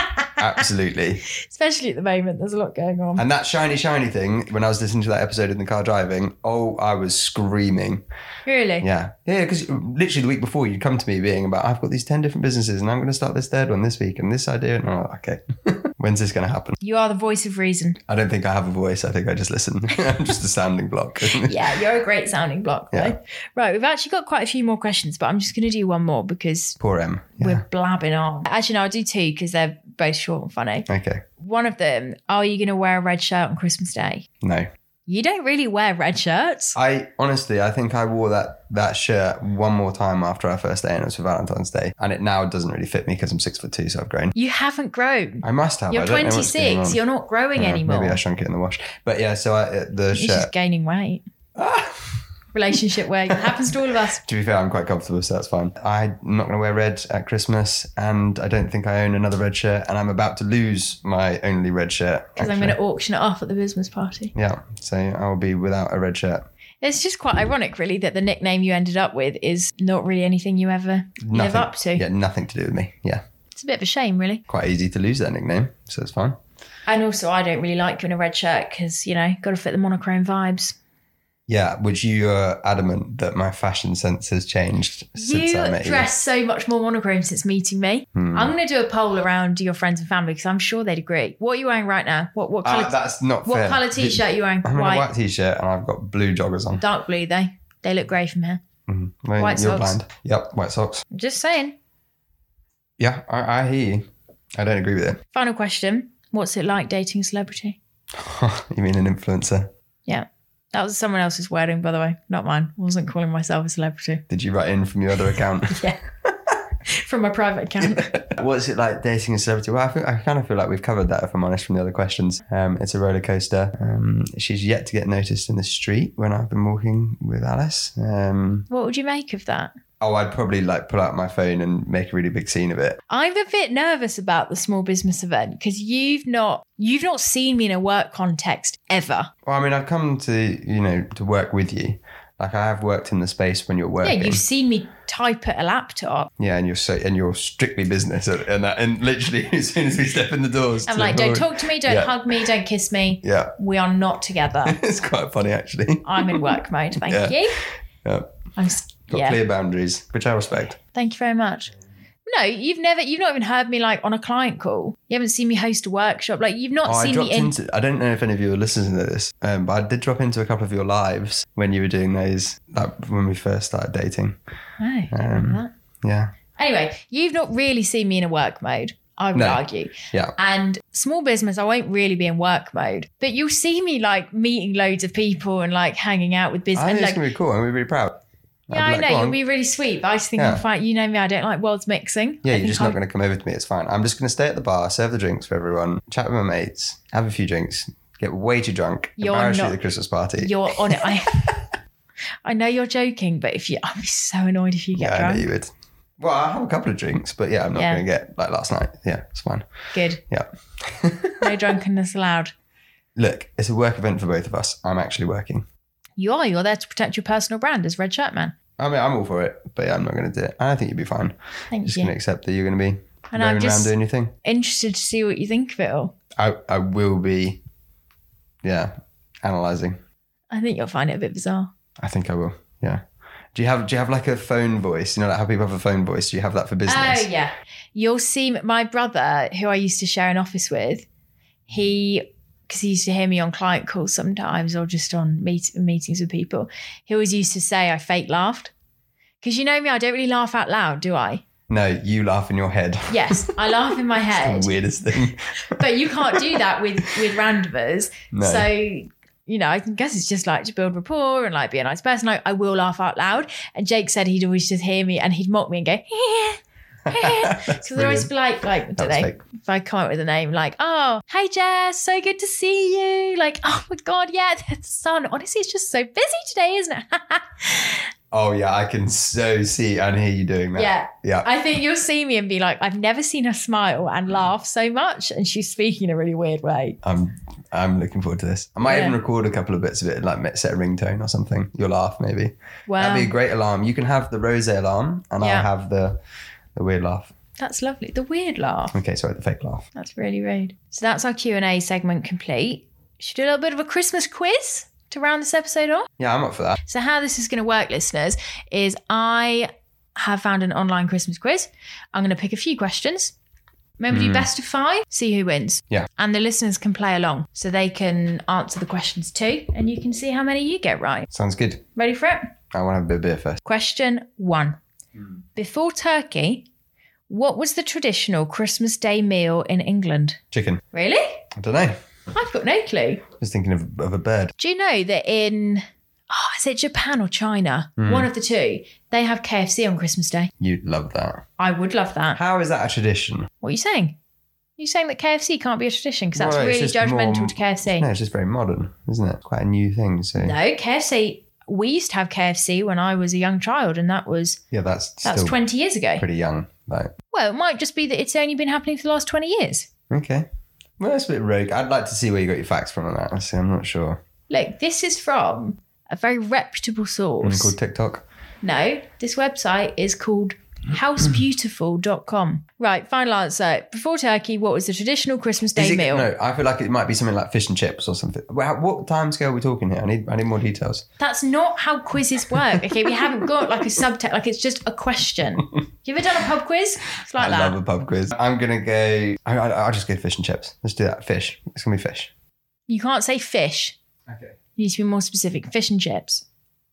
Absolutely.
Especially at the moment, there's a lot going on.
And that shiny, shiny thing, when I was listening to that episode in the car driving, oh, I was screaming.
really?
Yeah. Yeah, because literally the week before you'd come to me being about, I've got these 10 different businesses and I'm going to start this third one this week and this idea. And I'm like, okay, when's this going to happen?
You are the voice of reason.
I don't think I have a voice. I think I just listen. I'm just a sounding block.
yeah, you're a great sounding block.
Yeah.
Though. Right, we've actually got quite a few more questions, but I'm just going to do one more because
Poor M. Yeah.
we're blabbing on. Actually, no, I'll do two because they're both short and funny.
Okay.
One of them: Are you going to wear a red shirt on Christmas Day?
No.
You don't really wear red shirts.
I honestly, I think I wore that that shirt one more time after our first day, and it was for Valentine's Day. And it now doesn't really fit me because I'm six foot two, so I've grown.
You haven't grown.
I must have.
You're
I don't know what's
26.
going
You're not growing
on. Yeah,
anymore.
Maybe I shrunk it in the wash. But yeah, so I, uh, the
You're
shirt.
just gaining weight.
Ah.
Relationship weight It happens to all of us.
To be fair, I'm quite comfortable, so that's fine. I'm not going to wear red at Christmas, and I don't think I own another red shirt. And I'm about to lose my only red shirt
Because I'm
actually.
going to auction it off at the business party.
Yeah, so I'll be without a red shirt.
It's just quite ironic, really, that the nickname you ended up with is not really anything you ever live
Nothing-
up to.
Yeah, nothing to do with me. Yeah,
It's a bit of a shame, really.
quite easy to lose that nickname, so it's fine.
And also, I don't really like you in a red shirt because, you know, got to fit the monochrome vibes.
Yeah, which you are adamant that my fashion sense has changed since
you
I met
dress so much more monochrome since meeting me.
you. Hmm.
I'm going to do a poll around your friends and family because I'm sure they'd agree. What are you wearing right now? What what
Ah,
color
that's not
what
fair.
color t-shirt are you wearing?
I'm in
white,
a white t-shirt and I've got blue joggers on.
dark blue though. They look grey from here.
Mhm. Well,
White
You're
socks.
blind. Yep, white socks.
I'm just saying.
Yeah, I, I hear you. I don't agree with it.
Final question: What's it like dating a celebrity?
you mean an influencer?
That was someone else's wording, by the way, not mine. I wasn't calling myself a celebrity.
Did you write in from your other account?
Yeah, from my private account.
What's it like dating a celebrity? Well, I, think, I kind of feel like we've covered that, if I'm honest, from the other questions. Um, it's a roller coaster. Um, she's yet to get noticed in the street when I've been walking with Alice. Um,
What would you make of that?
oh, I'd probably like pull out my phone and make a really big scene of it.
I'm a bit nervous about the small business event because you've not you've not seen me in a work context ever.
Well, I mean, I've come to you know to work with you. Like I have worked in the space when you're working.
Yeah, you've seen me type at a laptop.
Yeah, and you're so and you're strictly business, and and, that, and literally as soon as we step in the doors,
I'm
to
like, don't talk
Hollywood-
to me, don't
Yeah.
hug me, don't kiss me.
Yeah,
We are not together.
it's quite funny actually.
I'm in work mode. Thank
Yeah.
you.
Yeah.
I'm s-
Got
yeah.
clear boundaries, which I respect.
Thank you very much. No, you've never you've not even heard me like on a client call. You haven't seen me host a workshop. Like you've not
Oh, I
seen
dropped
me in
into. I don't know if any of you are listening to this, um, but I did drop into a couple of your lives when you were doing those, like when we first started dating.
No, don't
Um,
remember Oh, that.
Yeah,
Anyway, you've not really seen me in a work mode, I would
No.
argue.
Yeah.
And small business, I won't really be in work mode, but you'll see me like meeting loads of people and like hanging out with business.
I
and,
think it's
like,
gonna be cool. I'm gonna be really proud. I'd
yeah,
be
I
like,
know.
go
You'll
on.
be really sweet, but I just think
Yeah.
I'm fine. You know me, I don't like worlds mixing.
Yeah,
I
you're
think
just
I'm-
not going to come over to me. It's fine. I'm just going to stay at the bar, serve the drinks for everyone, chat with my mates, have a few drinks, get way too drunk,
You're
embarrass you
not-
at the Christmas party.
You're on it. I, I know you're joking, but if you, I'd be so annoyed if you get
yeah, I
drunk.
know you would. Well, I have a couple of drinks, but yeah, I'm not
Yeah.
going to get like last night. Yeah, it's fine.
Good.
Yeah.
No drunkenness allowed.
Look, it's a work event for both of us. I'm actually working.
You are. You're there to protect your personal brand as Red Shirt Man.
I mean, I'm all for it, but yeah, I'm not going to do it. I think you'd be fine.
Thank
Just
you.
going to accept that you're going to be
And I'm
roaming
just
around doing your thing.
interested to see what you think of it all.
I, I will be, yeah, analyzing.
I think you'll find it a bit bizarre.
I think I will. Yeah. Do you have Do you have like a phone voice? You know, like how people have a phone voice. Do you have that for business?
Oh yeah. You'll see my brother, who I used to share an office with. He, because he used to hear me on client calls sometimes, or just on meet, meetings with people. He always used to say I fake laughed, because you know me, I don't really laugh out loud, do I?
No, you laugh in your head.
Yes, I laugh in my head,
It's the weirdest thing.
but you can't do that with with randomers.
No.
So, you know, I can guess it's just like to build rapport and like be a nice person. I, I will laugh out loud. And Jake said he'd always just hear me and he'd mock me and go,
That's
because they're always like,
brilliant.
like, I
That
don't
was
know,
fake.
if I come up with a name like, oh, hey Jess, so good to see you. Like, oh my God, yeah, the sun. Honestly, it's just so busy today, isn't it?
Oh yeah, I can so see and hear you doing that.
yeah.
Yeah.
I think you'll see me and be like, I've never seen her smile and
Mm.
laugh so much. And she's speaking in a really weird way.
I'm I'm looking forward to this. I might
Yeah.
even record a couple of bits of it and like set a ringtone or something. You'll laugh maybe.
Wow.
That'd be a great alarm. You can have the rose alarm and
Yeah.
I'll have the the weird laugh.
that's lovely. The weird laugh.
Okay, sorry, the fake laugh.
That's really rude. So that's our Q and A segment complete. Should we do a little bit of a Christmas quiz to round this episode off.
Yeah, I'm up for that.
So how this is going to work, listeners, is I have found an online Christmas quiz. I'm going to pick a few questions. Maybe do
Mhm.
best of five, see who wins.
Yeah.
And the listeners can play along, so they can answer the questions too, and you can see how many you get right.
Sounds good.
Ready for it?
I want to have a bit of beer first.
Question one. Before turkey, what was the traditional Christmas Day meal in England?
Chicken.
Really?
I don't know.
I've got no clue.
Just thinking of, of a bird.
Do you know that in oh, is it Japan or China?
Hmm.
One of the two. They have KFC on Christmas Day.
You'd love that.
I would love that.
How is that a tradition?
What are you saying? you saying that KFC can't be a tradition because that's
Well, it's
really
just
judgmental
more-
to KFC.
No,
No.
it's just very modern, isn't it? Quite a new thing. So
KFC. We used to have KFC when I was a young child, and that was
yeah, that's
that's
still
twenty years ago.
pretty young. Like
Well, it might just be that it's only been happening for the last twenty years.
okay, well, that's a bit rogue. I'd like to see where you got your facts from on that. Honestly, I'm not sure.
Look, this is from a very reputable
One
source.
called TikTok.
No, this website is called housebeautiful.com. Right, final answer. Before turkey, what was the traditional Christmas
Is
Day
it-
meal?
No, I feel like it might be something like fish and chips or something. Well, what time scale are we talking here? I need I need more details.
That's not how quizzes work. Okay, we haven't got like a subtext, like it's just a question. You ever done a pub quiz? It's like
I
that.
love a pub quiz. I'm gonna go. I, I, I'll just go fish and chips. Let's do that. Fish. It's gonna be fish.
You can't say fish.
Okay.
You need to be more specific. Fish and chips.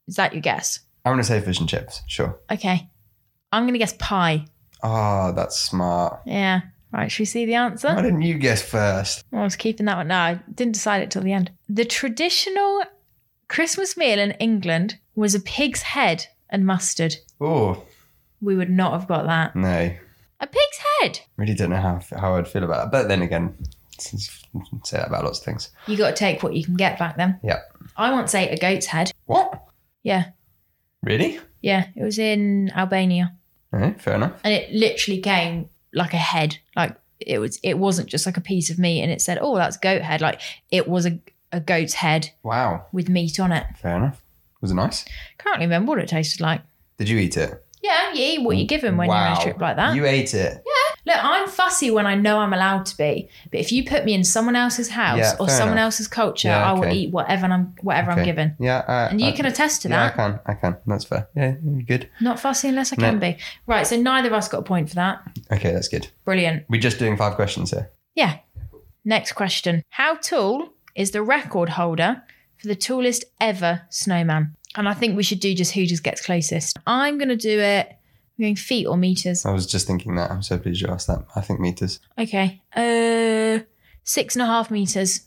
Is that your guess?
I'm gonna say fish and chips. Sure.
Okay. I'm going to guess pie.
Ah, that's smart.
Yeah. Right, should we see the answer?
Why didn't you guess first?
I was keeping that one. No, I didn't decide it till the end. The traditional Christmas meal in England was a pig's head and mustard.
Oh
We would not have got that.
no.
A pig's head.
Really don't know how how I'd feel about that. But then again, since- say that about lots of things.
You got to take what you can get back then.
Yeah.
I once ate a goat's head.
What?
Yeah.
Really?
Yeah. It was in Albania.
No, fair enough.
And it literally came like a head. Like it was it wasn't just like a piece of meat and it said, Oh, that's goat head. Like it was a, a goat's head
Wow.
with meat on it.
Fair enough. Was it nice?
Can't remember what it tasted like.
Did you eat it?
Yeah, you eat what you give 'em when you're on
Wow.
a trip like that.
You ate it.
Look, I'm fussy when I know I'm allowed to be, but if you put me in someone else's house
Yeah,
or
fair
someone
enough.
else's culture,
Yeah,
I will
okay.
eat whatever I'm whatever I'm
Okay.
given.
Yeah. I,
And you
I-
can attest to
Yeah, I
that.
can. I can. That's fair. Yeah, you're good.
Not fussy unless I
No.
can be. Right, so neither of us got a point for that.
Okay, that's good.
Brilliant.
We're just doing five questions here.
Yeah. Next question. How tall is the record holder for the tallest ever snowman? And I think we should do just who just gets closest. I'm gonna do it I'm going feet or meters.
I was just thinking that. I'm so pleased you asked that. I think meters.
Okay. Uh six and a half meters.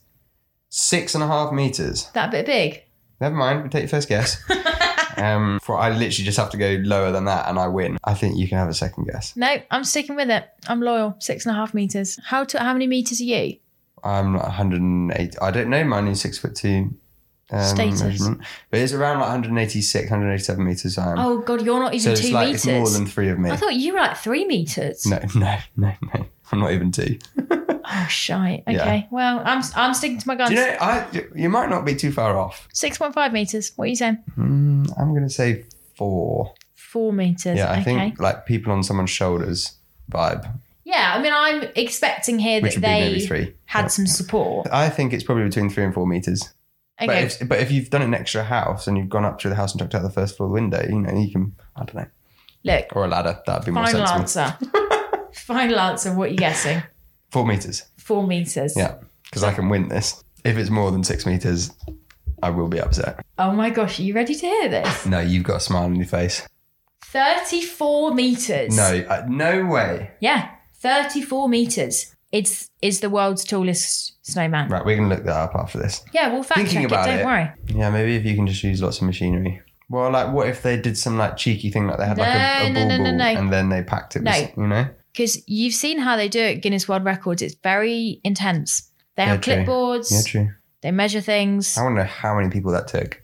Six and a half meters.
That a bit big.
Never mind. We'll take your first guess. um, for I literally just have to go lower than that and I win. I think you can have a second guess.
No, I'm sticking with it. I'm loyal. Six and a half meters. How to, how many meters are you?
I'm not 108. I don't know. Mine is six foot two um,
Status.
measurement, but it's around like 186, 187 meters high.
Oh god, you're not
Um,
even
so it's
two
like
meters.
it's more than three of me.
I thought you were like three meters.
No, no, no, no. I'm not even two.
Oh shite. Okay.
Yeah.
Well, I'm I'm sticking to my guns.
Do you know? I you might not be too far off.
Six point five meters. What are you saying?
Mm, I'm gonna say four.
Four meters.
Yeah, I
okay.
think like people on someone's shoulders vibe,
yeah, I mean, I'm expecting here
which
that
would be
they
maybe three.
had some support.
I think it's probably between three and four meters. But
Okay.
if but if you've done an extra house and you've gone up to the house and chucked out the first floor window, you know you can I don't know
Look,
or a ladder that'd be more
final
sensible.
answer. final answer. What are you guessing?
Four meters.
Four meters.
Yeah, because I can win this. If it's more than six meters, I will be upset.
Oh my gosh, are you ready to hear this?
No, you've got a smile on your face.
34 meters.
No, uh, no way.
Yeah, 34 meters. It's is the world's tallest snowman.
Right, we're gonna look that up after this.
Yeah, we'll fact
Thinking
check
about
it. Don't
it,
worry.
Yeah, maybe if you can just use lots of machinery. Well, like, what if they did some like cheeky thing, like they had like a, a
No, no,
ball
no, no,
ball,
no.
and then they packed it,
No.
with, you know?
Because you've seen how they do it at Guinness World Records. It's very intense. They have
Yeah, true.
clipboards.
Yeah, true.
They measure things.
I wonder how many people that took.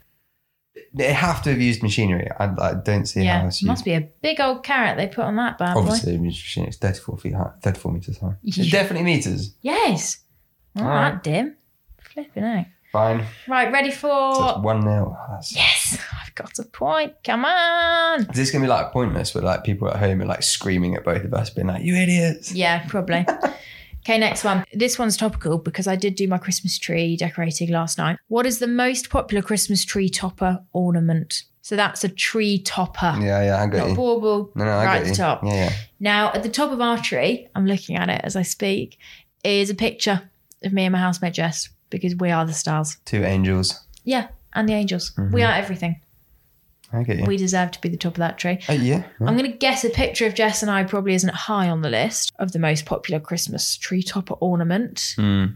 They have to have used machinery. I, I don't see
yeah,
how else you.
must be a big old carrot they put on that bad boy.
Obviously, they used machinery. It's thirty-four feet high, thirty-four meters high.
Yeah.
Definitely meters.
Yes. All
All
right,
right.
Dim. Flipping out.
Fine.
Right, ready
So
for?
it's one nil. Oh, that's-
Yes, I've got a point. Come on.
Is this gonna be like pointless with like people at home and like screaming at both of us, being like, "You idiots!"
Yeah, probably. okay, next one. This one's topical because I did do my Christmas tree decorating last night. What is the most popular Christmas tree topper ornament? So that's a tree topper.
Yeah, yeah, I got
Not
you.
bauble,
No, no,
right
I got
at
you.
the top.
Yeah, yeah.
Now, at the top of our tree, I'm looking at it as I speak, is a picture of me and my housemate Jess because we are the stars.
Two angels.
Yeah, and the angels. We are everything.
I get you.
We deserve to be the top of that tree.
Uh, yeah. yeah.
I'm going to guess a picture of Jess and I probably isn't high on the list of the most popular Christmas tree topper ornament.
Mm.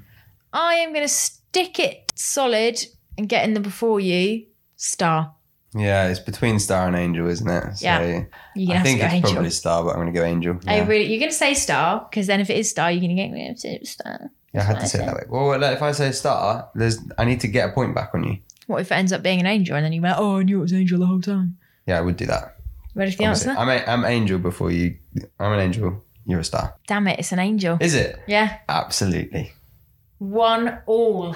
I am going to stick it solid and get in the before you star.
Yeah, it's between star and angel, isn't it? So
Yeah. You're going
I
to have
think
to
it's
go angel.
probably star, but I'm gonna go angel.
I
Yeah.
really, you're going to say star because then if it is star, you're going to get "Yeah, it's star.
Yeah, I had to
That's
say it
what I
that way. Well, well, if I say star, there's I need to get a point back on you.
What if it ends up being an angel and then you're like, oh, I knew it was angel the whole time.
Yeah, I would do that.
What if the
obviously.
answer?
I'm a, I'm angel before you. I'm an angel. You're a star.
Damn it, it's an angel.
Is it?
yeah,
Absolutely.
one all.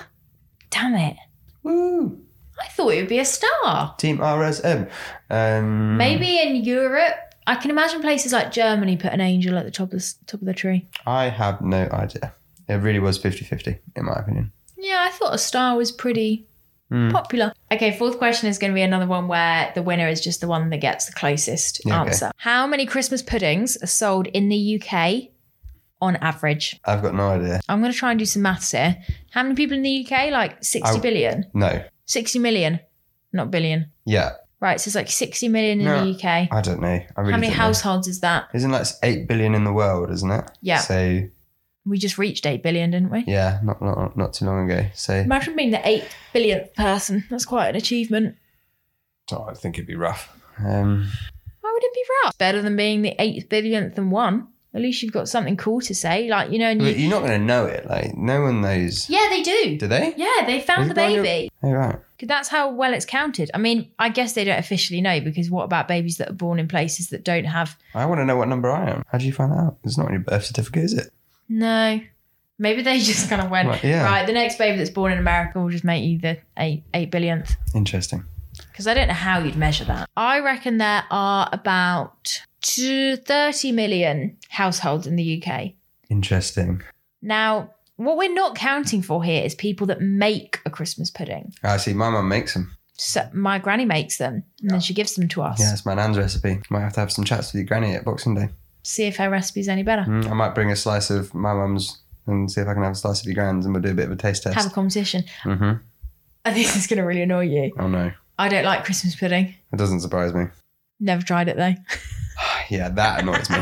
Damn it.
Woo!
I thought it would be a star.
Team RSM. Um,
Maybe in Europe, I can imagine places like Germany put an angel at the top of the, top of the tree.
I have no idea. It really was 50-50, in my opinion.
Yeah, I thought a star was pretty
Hmm.
popular. Okay, fourth question is going to be another one where the winner is just the one that gets the closest
Yeah, okay.
answer. How many Christmas puddings are sold in the UK on average?
I've got no idea.
I'm going to try and do some maths here. How many people in the UK? Like 60
I-
billion?
No.
60 million? Not billion.
Yeah,
Right, so it's like 60 million in
No,
the UK.
I don't know. I really
How many
don't
households is that?
Know. Isn't that eight billion in the world, isn't it?
Yeah.
So
We just reached 8 billion, didn't we?
yeah, not not not too long ago. So
Imagine being the eighth billionth person. That's quite an achievement.
Oh, I think it'd be rough. Um,
Why would it be rough? Better than being the eighth billionth and one. At least you've got something cool to say. Like, you know, and
but
you,
you're not going to know it. Like no one knows.
yeah, they do.
Do they?
Yeah, they found
Is
the
it by your-
baby.
Oh, right.
'Cause that's how well it's counted. I mean, I guess they don't officially know because what about babies that are born in places that don't have.
I want to know what number I am. How do you find that out? It's not on your birth certificate, is it?
No. Maybe they just kind of went,
Right, yeah.
right, the next baby that's born in America will just make you the eight, eight billionth.
Interesting.
because I don't know how you'd measure that. I reckon there are about two- 30 million households in the UK.
Interesting.
Now, what we're not counting for here is people that make a Christmas pudding.
I see. My mum makes them.
So my granny makes them and then she gives them to us.
Yeah, it's my nan's recipe. Might have to have some chats with your granny at Boxing Day.
See if her recipe's any better.
Mm, I might bring a slice of my mum's and see if I can have a slice of your grand's, and we'll do a bit of a taste test.
Have a competition.
mm-hmm.
I think this is going to really annoy you.
Oh no,
I don't like Christmas pudding.
it doesn't surprise me.
Never tried it though.
yeah, that annoys me.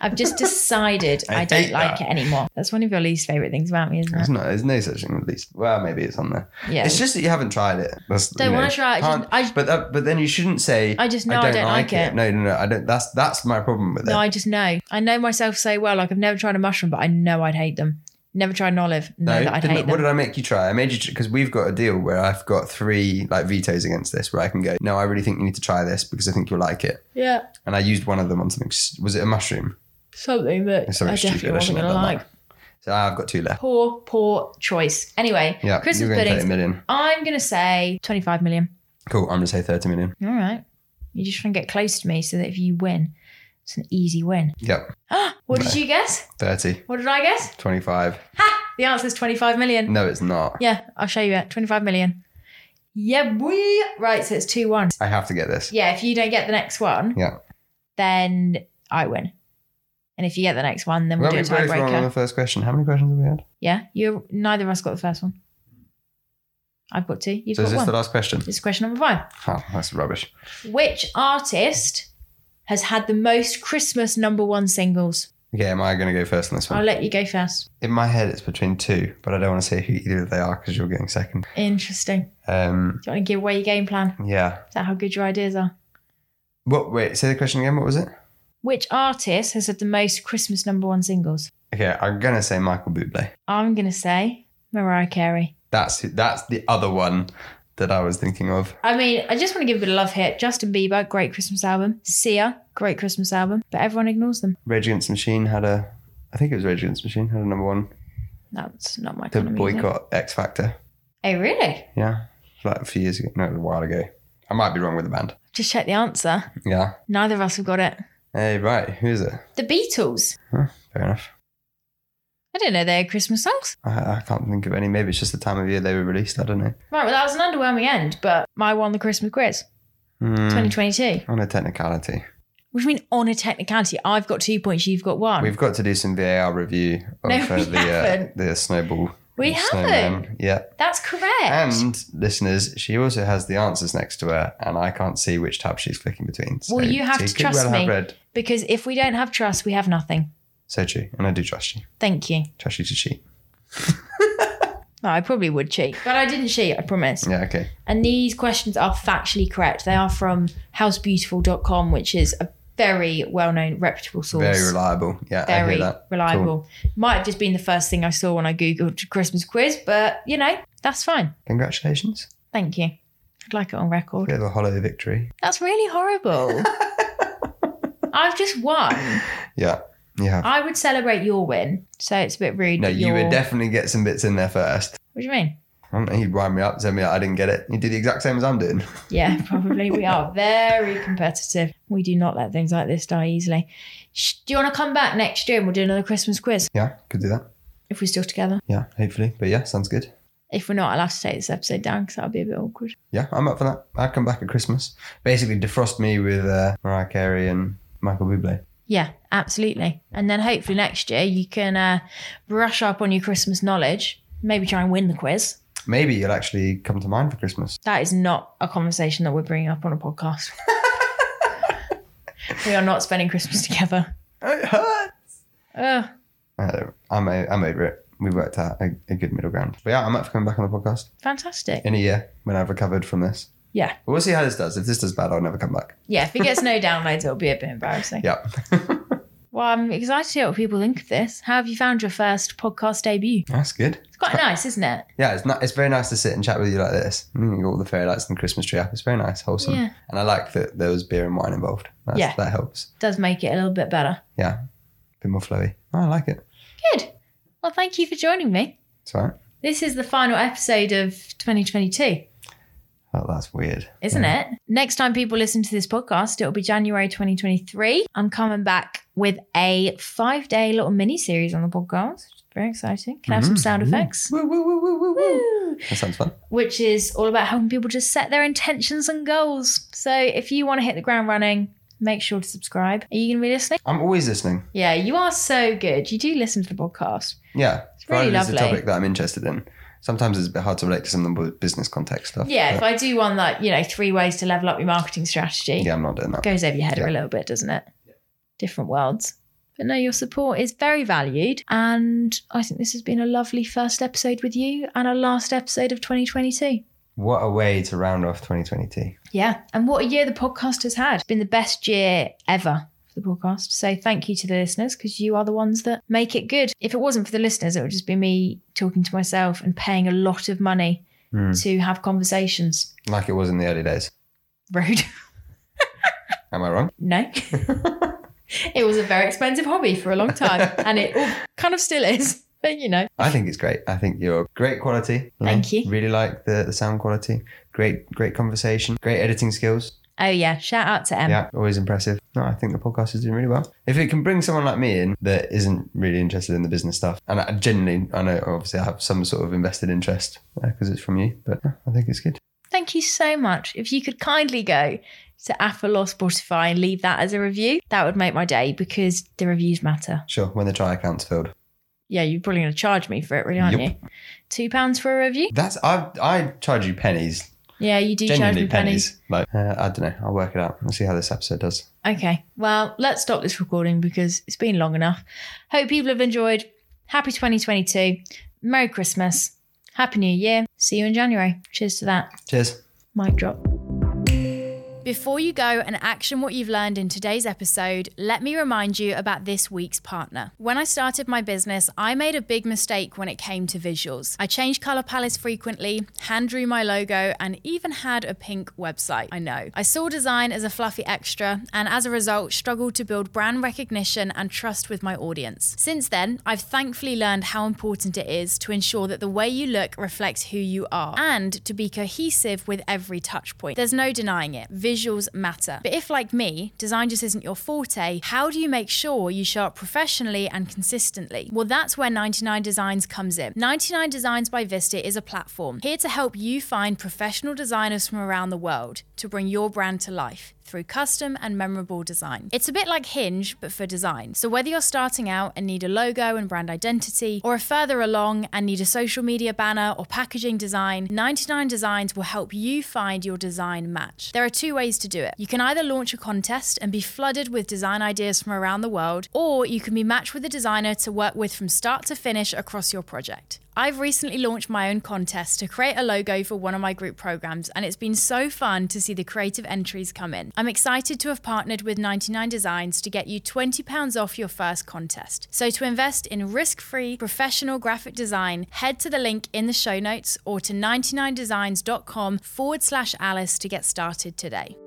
I've just decided
I
I, don't
hate
like
that.
it anymore. That's one of your least favorite things about me, isn't
There's
it?
no, there's no such thing. At least, well, maybe it's on there.
Yeah.
It's just that you haven't tried it. That's,
don't
you know,
want to try it. I
can't-
just, I,
but that, but then you shouldn't say.
I just know I don't, like it.
No, no, no. I don't. That's that's my problem with
No,
it.
I just know. I know myself so well. Like I've never tried a mushroom, but I know I'd hate them. Never tried an olive. No, that I'd
didn't-
hate
what
them.
did I make you try? I made you because we've got a deal where I've got three like vetoes against this, where I can go. No, I really think you need to try this because I think you'll like it.
yeah,
And I used one of them on something. s- Was it a mushroom?
something that
It's something
I
stupid.
definitely
I
wasn't
shouldn't have
gonna
done
like.
that. So I've got two left.
Poor, poor choice. Anyway,
Yeah,
Christmas
you're gonna say a
puddings.
million.
I'm gonna say 25 million.
Cool. I'm gonna say thirty million.
All right, you just trying to get close to me so that if you win, it's an easy win.
Yep,
what did you guess?
30,
What did I guess?
25.
Ha! The answer is 25 million.
No, it's not.
Yeah, I'll show you it. 25 million. Yeah, we. Right, so it's 2 1.
I have to get this.
Yeah, if you don't get the next one,
Yeah.
then I win. And if you get the next one, then we'll,
well, we
do a
both wrong on
tiebreaker.
the first question. How many questions have we had?
Yeah, you. Neither of us got the first one. I've got two. You've
So is
got
this
one.
the last question?
This is question number five.
Oh, that's rubbish.
Which artist has had the most Christmas number one singles?
Okay, am I gonna go first on this
I'll
one?
let you go first.
In my head, it's between two, but I don't want to say who either they are because you're getting second.
Interesting.
Um,
Do you want to give away your game plan?
yeah.
Is that how good your ideas are?
What? Wait, say the question again. What was it?
Which artist has had the most Christmas number one singles?
Okay, I'm gonna say Michael Bublé.
I'm going to say Mariah Carey.
That's who- that's the other one that I was thinking of.
I mean, I just want to give a bit of love here. Justin Bieber, great Christmas album. Sia, great Christmas album. But everyone ignores them.
Rage Against the Machine had a, I think it was Rage Against the Machine had a number one.
That's not my
The
kind of music.
boycott X Factor.
Oh, really?
Yeah, like a few years ago. No, it was a while ago. I might be wrong with the band.
Just check the answer.
Yeah.
Neither of us have got it.
Hey, right. Who is it?
The Beatles.
Fair enough.
I didn't know they had Christmas songs.
I, I can't think of any. Maybe it's just the time of year they were released. I don't know.
Right, well, that was an underwhelming end, but I won the Christmas quiz
Hmm,
2022,
on a technicality,
which mean on a technicality, I've got two points, you've got one.
we've got to do some VAR review of
No,
uh,
we
the uh,
haven't.
the snowball.
We
the snowman.
haven't.
Yeah.
That's correct.
And listeners, she also has the answers next to her, and I can't see which tab she's clicking between.
Well, you have
she
to
could
trust
well have
me.
read.
because if we don't have trust, we have nothing.
So true, and I do trust you.
Thank you.
Trust you to cheat.
No, I probably would cheat, but I didn't cheat, I promise.
Yeah, okay.
And these questions are factually correct. They are from housebeautiful.com, which is a very well known, reputable source.
Very reliable. Yeah, I
Very
hear that.
reliable. Might have just been the first thing I saw when I Googled Christmas quiz, but you know, that's fine.
Congratulations.
Thank you. I'd like it on record.
Bit of a hollow victory.
That's really horrible. I've just won.
Yeah, you have.
I would celebrate your win. So it's a bit rude.
no,
that
you
you're-
would definitely get some bits in there first.
What do you mean?
I don't know, He'd wind me up, tell me I didn't get it. You do the exact same as I'm doing.
Yeah, probably. we are very competitive. We do not let things like this die easily. Shh, do you want to come back next year and we'll do another Christmas quiz
Yeah, could do that.
if we're still together?
Yeah, hopefully. But yeah, sounds good.
If we're not, I'll have to take this episode down because that'll be a bit awkward.
Yeah, I'm up for that. I'd come back at Christmas. Basically, defrost me with uh, Mariah Carey and Michael Bublé.
Yeah, absolutely. And then hopefully next year you can uh, brush up on your Christmas knowledge, maybe try and win the quiz.
Maybe you'll actually come to mine for Christmas.
That is not a conversation that we're bringing up on a podcast. we are not spending Christmas together.
It hurts.
Ugh.
I'm, o- I'm over it. We worked out a, a good middle ground. But yeah, I'm up for coming back on the podcast
Fantastic.
in a year when I've recovered from this.
Yeah.
But we'll see how this does. If this does bad, I'll never come back.
Yeah, if it gets no downloads, it'll be a bit embarrassing.
Yeah.
Well, I'm excited to hear what people think of this. How have you found your first podcast debut?
That's good.
It's quite nice, isn't it?
Yeah, it's not, It's very nice to sit and chat with you like this. Mm, you got all the fairy lights and the Christmas tree up. It's very nice, wholesome.
Yeah.
And I like that there was beer and wine involved. That's,
Yeah.
That helps.
Does make it a little bit better.
Yeah. bit more flowy. Oh, I like it.
Good. Well, thank you for joining me.
It's all right.
This is the final episode of 2022,
Oh, that's weird.
isn't it? Next time people listen to this podcast, it'll be January 2023. I'm coming back with a five day little mini series on the podcast. Very exciting. Can I have some
Mhm.
sound
Ooh.
effects?
Woo, woo, woo, woo, woo, woo.
Woo!
That sounds fun.
which is all about helping people just set their intentions and goals. So if you want to hit the ground running, make sure to subscribe. Are you going to be listening?
I'm always listening.
Yeah, you are so good. You do listen to the podcast.
Yeah,
It's really
provided It's a
lovely.
topic that I'm interested in. Sometimes it's a bit hard to relate to some of the business context stuff.
Yeah, if
but-
I do one like, you know, three ways to level up your marketing strategy,
yeah, I'm not doing that.
goes over your head a little bit, doesn't it? Different worlds. But no, your support is very valued. And I think this has been a lovely first episode with you and our last episode of 2022.
What a way to round off 2022.
Yeah. And what a year the podcast has had. It's been the best year ever for the podcast. So thank you to the listeners because you are the ones that make it good. If it wasn't for the listeners, it would just be me talking to myself and paying a lot of money
Hmm.
to have conversations.
like it was in the early days.
Road.
Am I wrong?
No. it was a very expensive hobby for a long time and it all kind of still is, but you know.
I think it's great. I think you're great quality.
Thank you.
Really like the, the sound quality. Great, great conversation. Great editing skills.
Oh, yeah. Shout out to Em.
yeah, always impressive. No, I think the podcast is doing really well. If it can bring someone like me in that isn't really interested in the business stuff, and I genuinely, I know obviously I have some sort of invested interest because it's from you, but I think it's good.
Thank you so much. If you could kindly go to Apple or Spotify and leave that as a review, that would make my day because the reviews matter.
Sure, when the try account's filled.
Yeah, you're probably going to charge me for it, really, aren't
Yep.
you? Two pounds for a review?
That's I I charge you pennies.
Yeah, you do charge
genuinely
me pennies.
pennies. Like uh, I don't know. I'll work it out. We'll see how this episode does.
Okay. Well, let's stop this recording because it's been long enough. Hope people have enjoyed. Happy 2022. Merry Christmas. Happy New Year. See you in January. Cheers to that.
Cheers.
Mic drop. Before you go and action what you've learned in today's episode, let me remind you about this week's partner. When I started my business, I made a big mistake when it came to visuals. I changed color palettes frequently, hand drew my logo, and even had a pink website. I know. I saw design as a fluffy extra, and as a result, struggled to build brand recognition and trust with my audience. Since then, I've thankfully learned how important it is to ensure that the way you look reflects who you are and to be cohesive with every touch point. There's no denying it. Visuals matter. But if, like me, design just isn't your forte, how do you make sure you show up professionally and consistently? Well, that's where 99 Designs comes in. 99 Designs by Vista is a platform here to help you find professional designers from around the world to bring your brand to life through custom and memorable design. It's a bit like Hinge, but for design. So, whether you're starting out and need a logo and brand identity, or are further along and need a social media banner or packaging design, 99 Designs will help you find your design match. There are two ways to do it. You can either launch a contest and be flooded with design ideas from around the world, or you can be matched with a designer to work with from start to finish across your project. I've recently launched my own contest to create a logo for one of my group programs, and it's been so fun to see the creative entries come in. I'm excited to have partnered with 99 Designs to get you £20 off your first contest. So, to invest in risk free professional graphic design, head to the link in the show notes or to 99designs.com forward slash Alice to get started today.